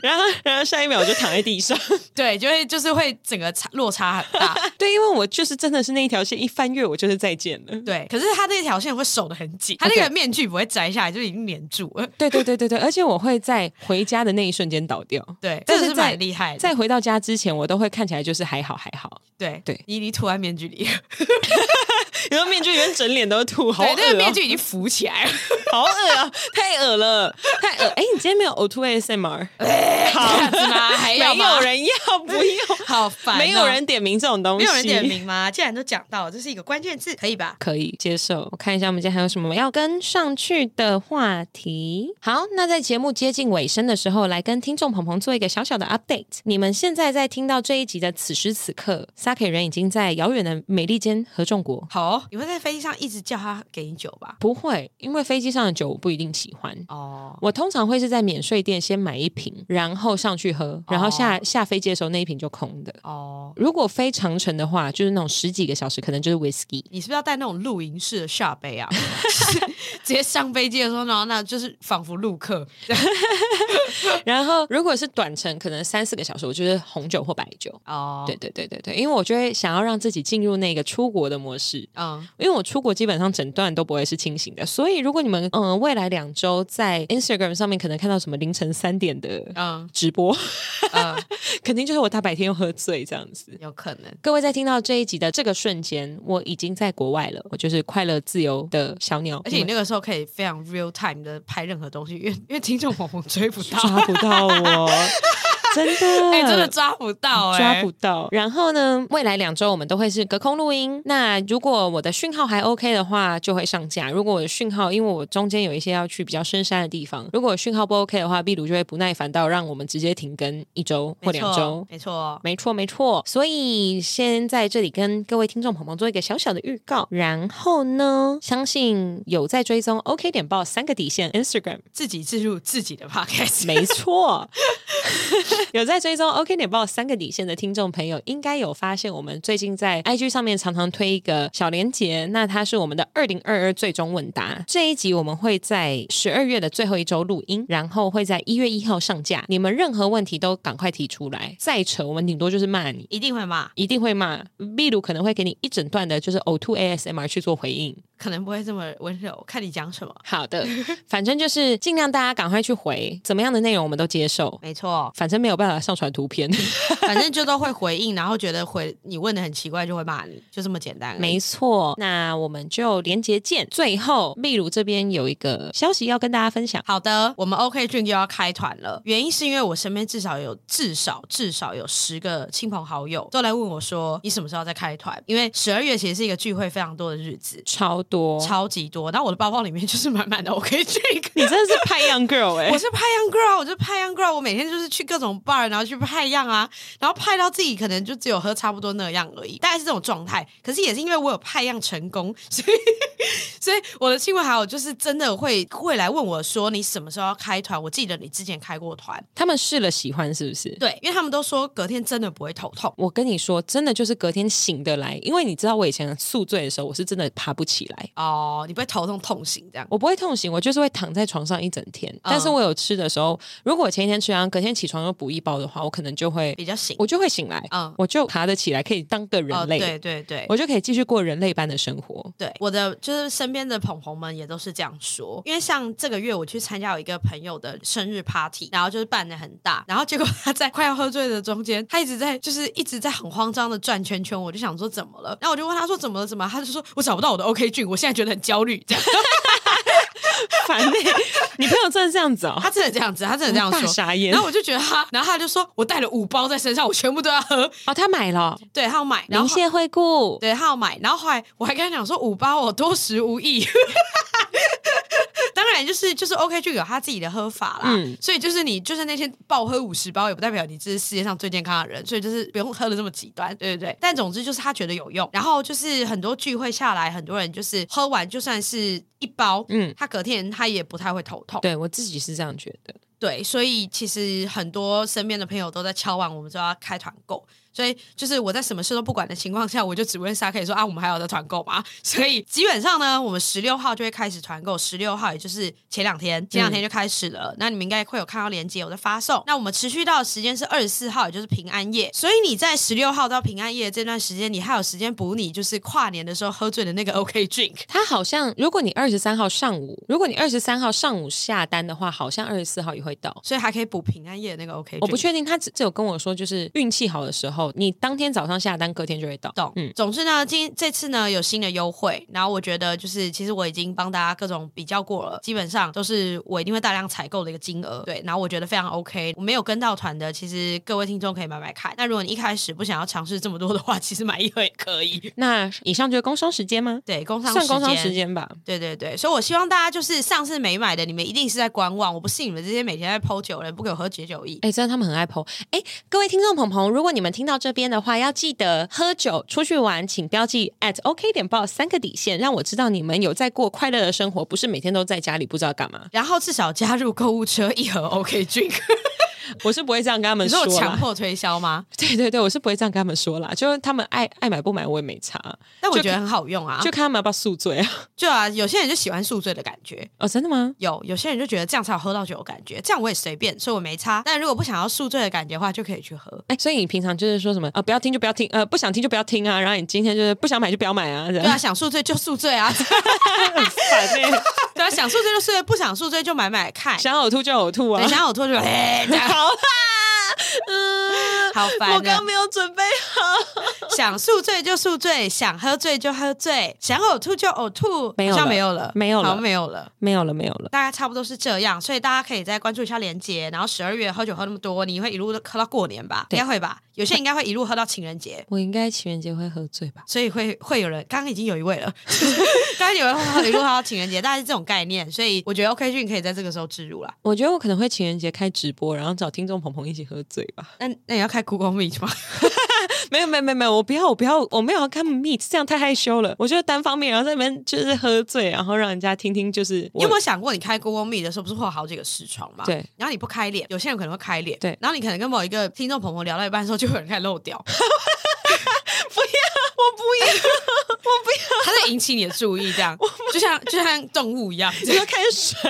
然后然后下一秒我就躺在地上。
对，就会就是会整个差落差很大。
对，因为我就是真的是那一条线一翻越，我就是再见了。
对，可是他那条线会守得很紧，他那
OK
个面具不会摘下来，就已经粘住了。
对对对对对，而且我会在回家的那一瞬间倒掉。
对，
但是
这个是
在
蛮厉害的。
在回到家之前，我都会看起来就是还好还好。
对
对
你你涂在面具里，
然后面具里面整脸都是吐，好恶、
对，
哦，
那个面具已经浮起来了。
好恶啊，太恶了，太恶！哎，你今天没有呕吐 ASMR？好哎
这样子吗还要
没
呃吗
有人要，不要？
好烦哦
没有人点名这种东西，
没有人点。名吗？既然都讲到了，这是一个关键字，可以吧？
可以接受。我看一下我们今天还有什么要跟上去的话题。好，那在节目接近尾声的时候，来跟听众鹏鹏做一个小小的 update。你们现在在听到这一集的此时此刻，Saki 人已经在遥远的美利坚合众国。
好，哦你会在飞机上一直叫他给你酒吧？
不会，因为飞机上的酒我不一定喜欢。
哦，
我通常会是在免税店先买一瓶，然后上去喝，然后下、下飞机的时候那一瓶就空的。
哦，
如果飞长城的话，就是那种十几个小时，可能就是 whisky。
你是不是要带那种露营式的下杯啊？ 就是直接上飞机的时候，然后那就是仿佛陆客，
然后如果是短程，可能三四个小时，我就是红酒或白酒。
哦，
对，对对对对，因为我就会想要让自己进入那个出国的模式。
嗯，
因为我出国基本上整段都不会是清醒的，所以如果你们嗯、呃未来两周在 Instagram 上面可能看到什么凌晨三点的
嗯
直播，
嗯，
肯定就是我大白天又喝醉这样子。
有可能。
各位在听到这一集的这个瞬间，我已经在国外了，我就是快乐自由的小鸟，
而且你
们
那个时候可以非常 real time 的拍任何东西，因为因为听众朋友追不 到，
抓不到我，真的，
哎、真的抓不到、哎，
嗯抓不到。然后呢，未来两周我们都会是隔空录音。那如果我的讯号还 OK 的话，就会上架；如果我的讯号，因为我中间有一些要去比较深山的地方，如果我讯号不 OK 的话，壁炉就会不耐烦到让我们直接停更一周或
没错
两周。
没错。
没错，没错。所以先在这里跟各位听众朋友们做一个小小的预告，然后呢，相信有在追踪 OK 点报三个底线 Instagram，
自己置入自己的 podcast，
没错， 有在追踪 OK 点报三个底线的听众朋友，应该有发现我们最近在 IG 上面常常推一个小连结，那它是我们的二零二二最终问答这一集，我们会在十二月的最后一周录音，然后会在一月一号上架。你们任何问题都赶快提出来，再扯我们顶多就是骂你。
一定会骂，
一定会骂，秘鲁可能会给你一整段的，就是呕吐 ASMR 去做回应。
可能不会这么温柔，看你讲什么。
好 的，反正就是尽量大家赶快去回，怎么样的内容我们都接受，
没错，
反正没有办法上传图 片。
反正就都会回应，然后觉得回你问的很奇怪，就会骂你，就这么简单而已。
没错，那我们就连结见。最后，秘鲁这边有一个消息要跟大家分享。
好的，我们 OK 俊又要开团了。原因是因为我身边至少有至少至少有十个亲朋好友都来问我说，你什么时候再开团？因为十二月其实是一个聚会非常多的日子，
超多，
超级多。然后我的包包里面就是满满的 OK 俊。
你真的是拍样 girl 哎、
我是派样 girl，啊我就是派样 girl，我每天就是去各种 bar，然后去派样啊，然后派到自己可能就只有喝差不多那样而已，大概是这种状态。可是也是因为我有派样成功，所以所以我的亲朋好友就是真的会会来问我说你什么时候要开团？我记得你之前开过团，
他们试了喜欢是不是？
对，因为他们都说隔天真的不会头痛。
我跟你说，真的就是隔天醒得来，因为你知道我以前宿醉的时候，我是真的爬不起来。
哦，你不会头痛痛醒这样？
我不会痛醒，我就是会躺在床上一整天。但
嗯
是我有吃的时候，如果我前一天吃，然后隔天起床又补一包的话，我可能就会，
比较醒
我就会醒来，
嗯
我就爬得起来，可以当个人
哦，
类，
对对对，
我就可以继续过人类般的生 活。
对，我的就是身边的捧红们也都是这样说，因为像这个月我去参加我一个朋友的生日 party，然后就是办的很大，然后结果他在 快要喝醉的中间，他一直在就是一直在很慌张的转圈圈，我就想说怎么了，然后我就问他说怎么了怎么了，他就说我找不到我的 OK 菌，我现在觉得很焦虑， 这样
烦
欸
呢、 你朋友真的这样子 哦、
他真的这样子，他真的这样
大
说。
傻眼。
然后我就觉得他，然后他就说，我带了五包在身上，我全部都要喝。
哦，他买了
对他要买，然
明
后
谢惠顾，
对，他有买，然后后来我还跟他讲说五包我多食无益。 当然，就是就是 OK 就有他自己的喝法啦，
嗯
所以就是你就是那天暴喝五十包，也不代表你这是世界上最健康的人，所以就是不用喝的这么极端，对对对。但总之就是他觉得有用，然后就是很多聚会下来，很多人就是喝完就算是一包，
嗯
嗯，他隔天他也不太会头痛，
对我自己是这样觉得。
对，所以其实很多身边的朋友都在敲碗，我们说要开团购。所以就是我在什么事都不管的情况下，我就只问沙克说啊，我们还有在团购吗？ 所以基本上呢，我们十六号就会开始团购，十六号也就是前两天，前
嗯
两天就开始了。那你们应该会有看到链接我在发送。那我们持续到的时间是二十四号，也就是平安夜。所以你在十六号到平安夜这段时间，你还有时间补你就是跨年的时候喝醉的那个 OK drink。
它好像，如果你二十三号上午，如果你二十三号上午下单的话，好像二十四号也会到。
所以还可以补平安夜的那个 OK，
我不
确
确定，他只只有跟我说，就是运气好的时候，你当天早上下单，隔天就会到。
懂。
嗯
总之呢，今这次呢有新的优惠，然后我觉得就是其实我已经帮大家各种比较过了，基本上都是我一定会大量采购的一个金额，对，然后我觉得非常 OK。我没有跟到团的，其实各位听众可以买买看。那如果你一开始不想要尝试这么多的话，其实买一盒也可以。
那以上就是工商时间吗？
对，工商
算工商
时
时间吧。
对对对，所以我希望大家就是上次没买的，你们一定是在观望。我不信你们这些每天在剖酒的人不给我喝解酒意。
哎、真的他们很爱剖。哎、各位听众朋友，如果你们听到这边的话，要记得喝酒出去玩，请标记 at OK 点报三个底线，让我知道你们有在过快乐的生活，不是每天都在家里不知道干嘛。
然后至少加入购物车一盒 OK drink，
我是不会这样跟他们
你
说
说我强
啦。
迫推销吗？
对对对，我是不会这样跟他们说啦。就是他们爱爱买不买，我也没差，
但我
就
觉得很好用啊，
就看他们要不要宿醉啊。
就啊，有些人就喜欢宿醉的感觉，
哦，真的吗？
有有些人就觉得这样才有喝到酒的感觉，这样我也随便，所以我没差。但如果不想要宿醉的感觉的话，就可以去喝。
哎、所以你平常就是说什么啊、呃不要听就不要听，呃，不想听就不要听啊。然后你今天就是不想买就不要买啊，这
对啊，
样
想宿醉就宿醉啊，
很烦欸
对啊，想宿醉就宿醉，不想宿醉就买买看。
想呕吐就呕吐啊
对，。想呕吐就哎，这样
好啊啦， 嗯，
好烦啊
我刚没有准备好。
想宿醉就宿醉，想喝醉就喝醉，想呕吐就呕吐，
没有了
好像没有了，
没有了
好像没有了。
没有了，没有了。
大概差不多是这样，所以大家可以再关注一下连接，然后十二月喝酒喝那么多，你会一路都喝到过年吧？应
对
该会吧？有些人应该会一路喝到情人节，
我应该情人节会喝醉吧？
所以会会有人，刚刚已经有一位了， 刚刚有人喝一路喝到情人节，大概是这种概念，所以我觉得 OK 俊可以在这个时候置入啦。
我觉得我可能会情人节开直播，然后找听众朋友一起喝醉吧。
那那你要开 Google Meet 吗？
没有，没有，没有，没有，我不要，我不要，我没有要跟他们 meet，这样太害羞了。我就单方面，然后在那边就是喝醉，然后让人家听听，就是
你有没有想过，你开 Google Meet 的时候不是会有好几个视窗吗？
对。
然后你不开脸，有些人可能会开脸。
对
然后你可能跟某一个听众朋友聊到一半的时候，就有人开始漏掉，
不要，我不要，
他在引起你的注意，这样就像就像动物 一样。
你要开 水，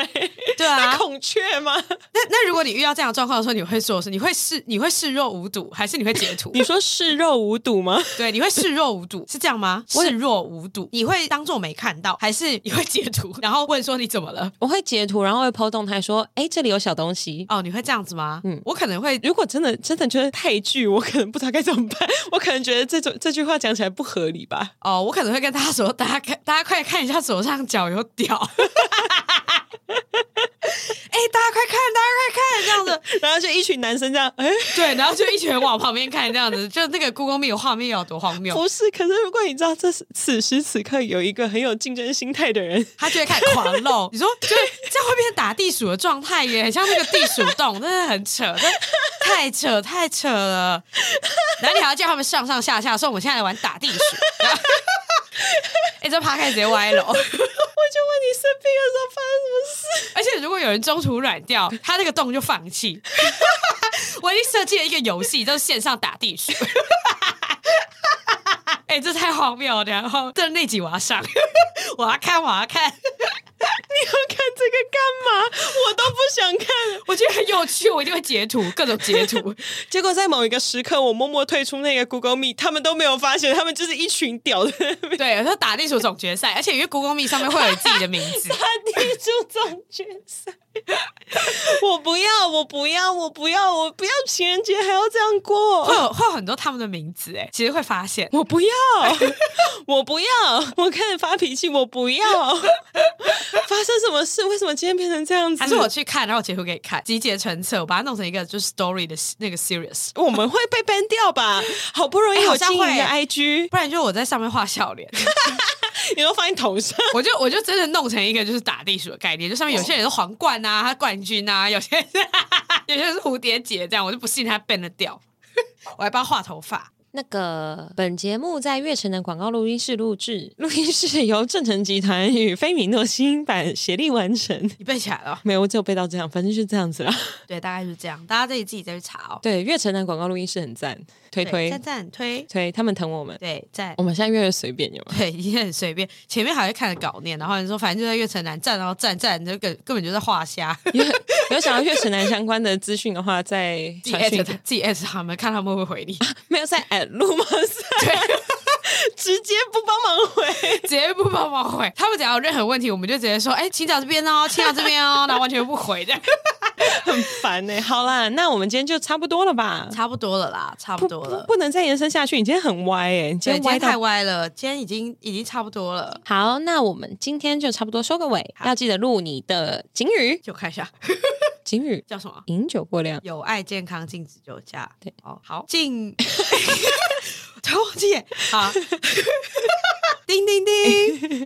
对啊
那，孔雀吗？
那那如果你遇到这样的状况的时候，你会做什么？你会视你会视若无睹，还是你会截图？
你说视若无睹吗？
对，你会视若无睹，是这样吗？
我
视若无睹，你会当做没看到，还是你会截图， 然后问说你怎么了？
我会截图，然后会 po 动态说，哎，这里有小东西，
哦，你会这样子吗？
嗯
我可能会。
如果真的真的觉得太句，我可能不知道该怎么办。 我可能觉得这种这句话讲起来不合理吧。
哦，我可能会跟大家说，大家看，大家快看一下左上角有屌， 哎、大家快看，大家快看，这样子，
然后就一群男生这样，哎，
对，然后就一群人往旁边看，这样子， 就那个故宫密有画面有多荒谬，
不是。可是如果你知道这是此时此刻有一个很有竞争心态的人，
他就会开始狂 漏。你说，就是这样会变成打地鼠的状态耶，很像那个地鼠洞，真的很扯， 真的太扯太扯了。然后你还要叫他们上上下下，说我们现在来玩打地鼠。 然后哎、这趴开直接歪了哦。
我就问你生病的时候发生什么事？
而且如果有人中途软掉，他那个洞就放弃。我已经设计了一个游戏，就是线上打地鼠。 哎、这太荒谬了！然后这那集我要上， 我要看，我要看。
你要看这个干嘛？我都不想看。
我觉得很有趣，我一定会截图，各种截图。
结果在某一个时刻，我默默退出那个 Google Meet，他们都没有发现，他们就是一群屌的人。
对，有时候打地鼠总决赛，而且因为 Google Meet 上面会有你自己的名 字
打，地主总决赛， 我不要，我不要，我不要，我不要情人节还要这样
会
过，
有会有很多他们的名字，哎，其实会发现。
我不要，我不要，我开始发脾气，我不要， 发生什么事？为什么今天变成这样子？
还是我去看，然后我截图给你看，集结成册，我把它弄成一个就是 story 的那个 series，
我们会被 ban 掉吧？ 好不容易
哎好
有
像
经营的
会
IG，
不然就我在上面画笑脸，
你都放在头上。
我就我就真的弄成一个就是打地鼠的概念，就上面有些人是皇冠啊，他冠军啊，有些人是有些人是蝴蝶结这样，我就不信他变得掉，我还帮他画头发。
那个本节目在月城的广告录音室录制，录音室由正成集团与菲米诺新音版协力完成。
你背起来了？
没有，我只有背到这样，反正就是这样子啦。
对，大概是这样，大家自己自己再去查哦。
对，月城的广告录音室很赞，推
对
推
赞赞推，
推，他们疼我们。
对赞。
我们现在越来越随便，有吗？
对，已经很随便。前面还会看着稿念，然后你说反正就在越城南站，然后站站，就根根本就在画虾，
有 想要月城南相关的资讯的话，再
自己
传讯
at 自己 at 他们，看他们会不会回你，
没有在 at 路吗？ 直接不帮忙回，
直接不帮忙回。他们只要有任何问题，我们就直接说，哎、请讲这边哦，请讲这边哦，然后完全不回这样。
很烦呢、好啦，那我们今天就差不多了吧？
差不多了啦，差不
不
多
不
了。
不能再延伸下去，你今天很歪哎、你今
对，
天
今天
歪
太
到。
歪了，今天已经已经差不多了。
好，那我们今天就差不多收个尾，要记得录你的警语，
就看一下
警语，
叫什么？
饮酒过量，
有爱健康，禁止酒驾。
对，
哦，好，禁， 突然忘记耶，好，叮叮叮，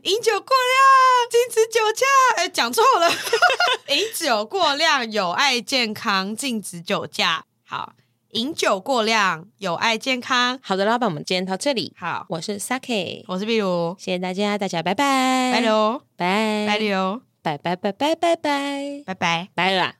饮酒过量，禁止酒驾。哎，讲错了， 饮酒过量，有爱健康，禁止酒驾。好，饮酒过量，有爱健康。
好的，老板，我们今天到这里，
好，
我是 Saki，
我是壁如，
谢谢大家，大家拜拜，
哦拜，喽，
拜
拜，喽，
拜拜拜拜拜拜，
拜拜。
拜了啦。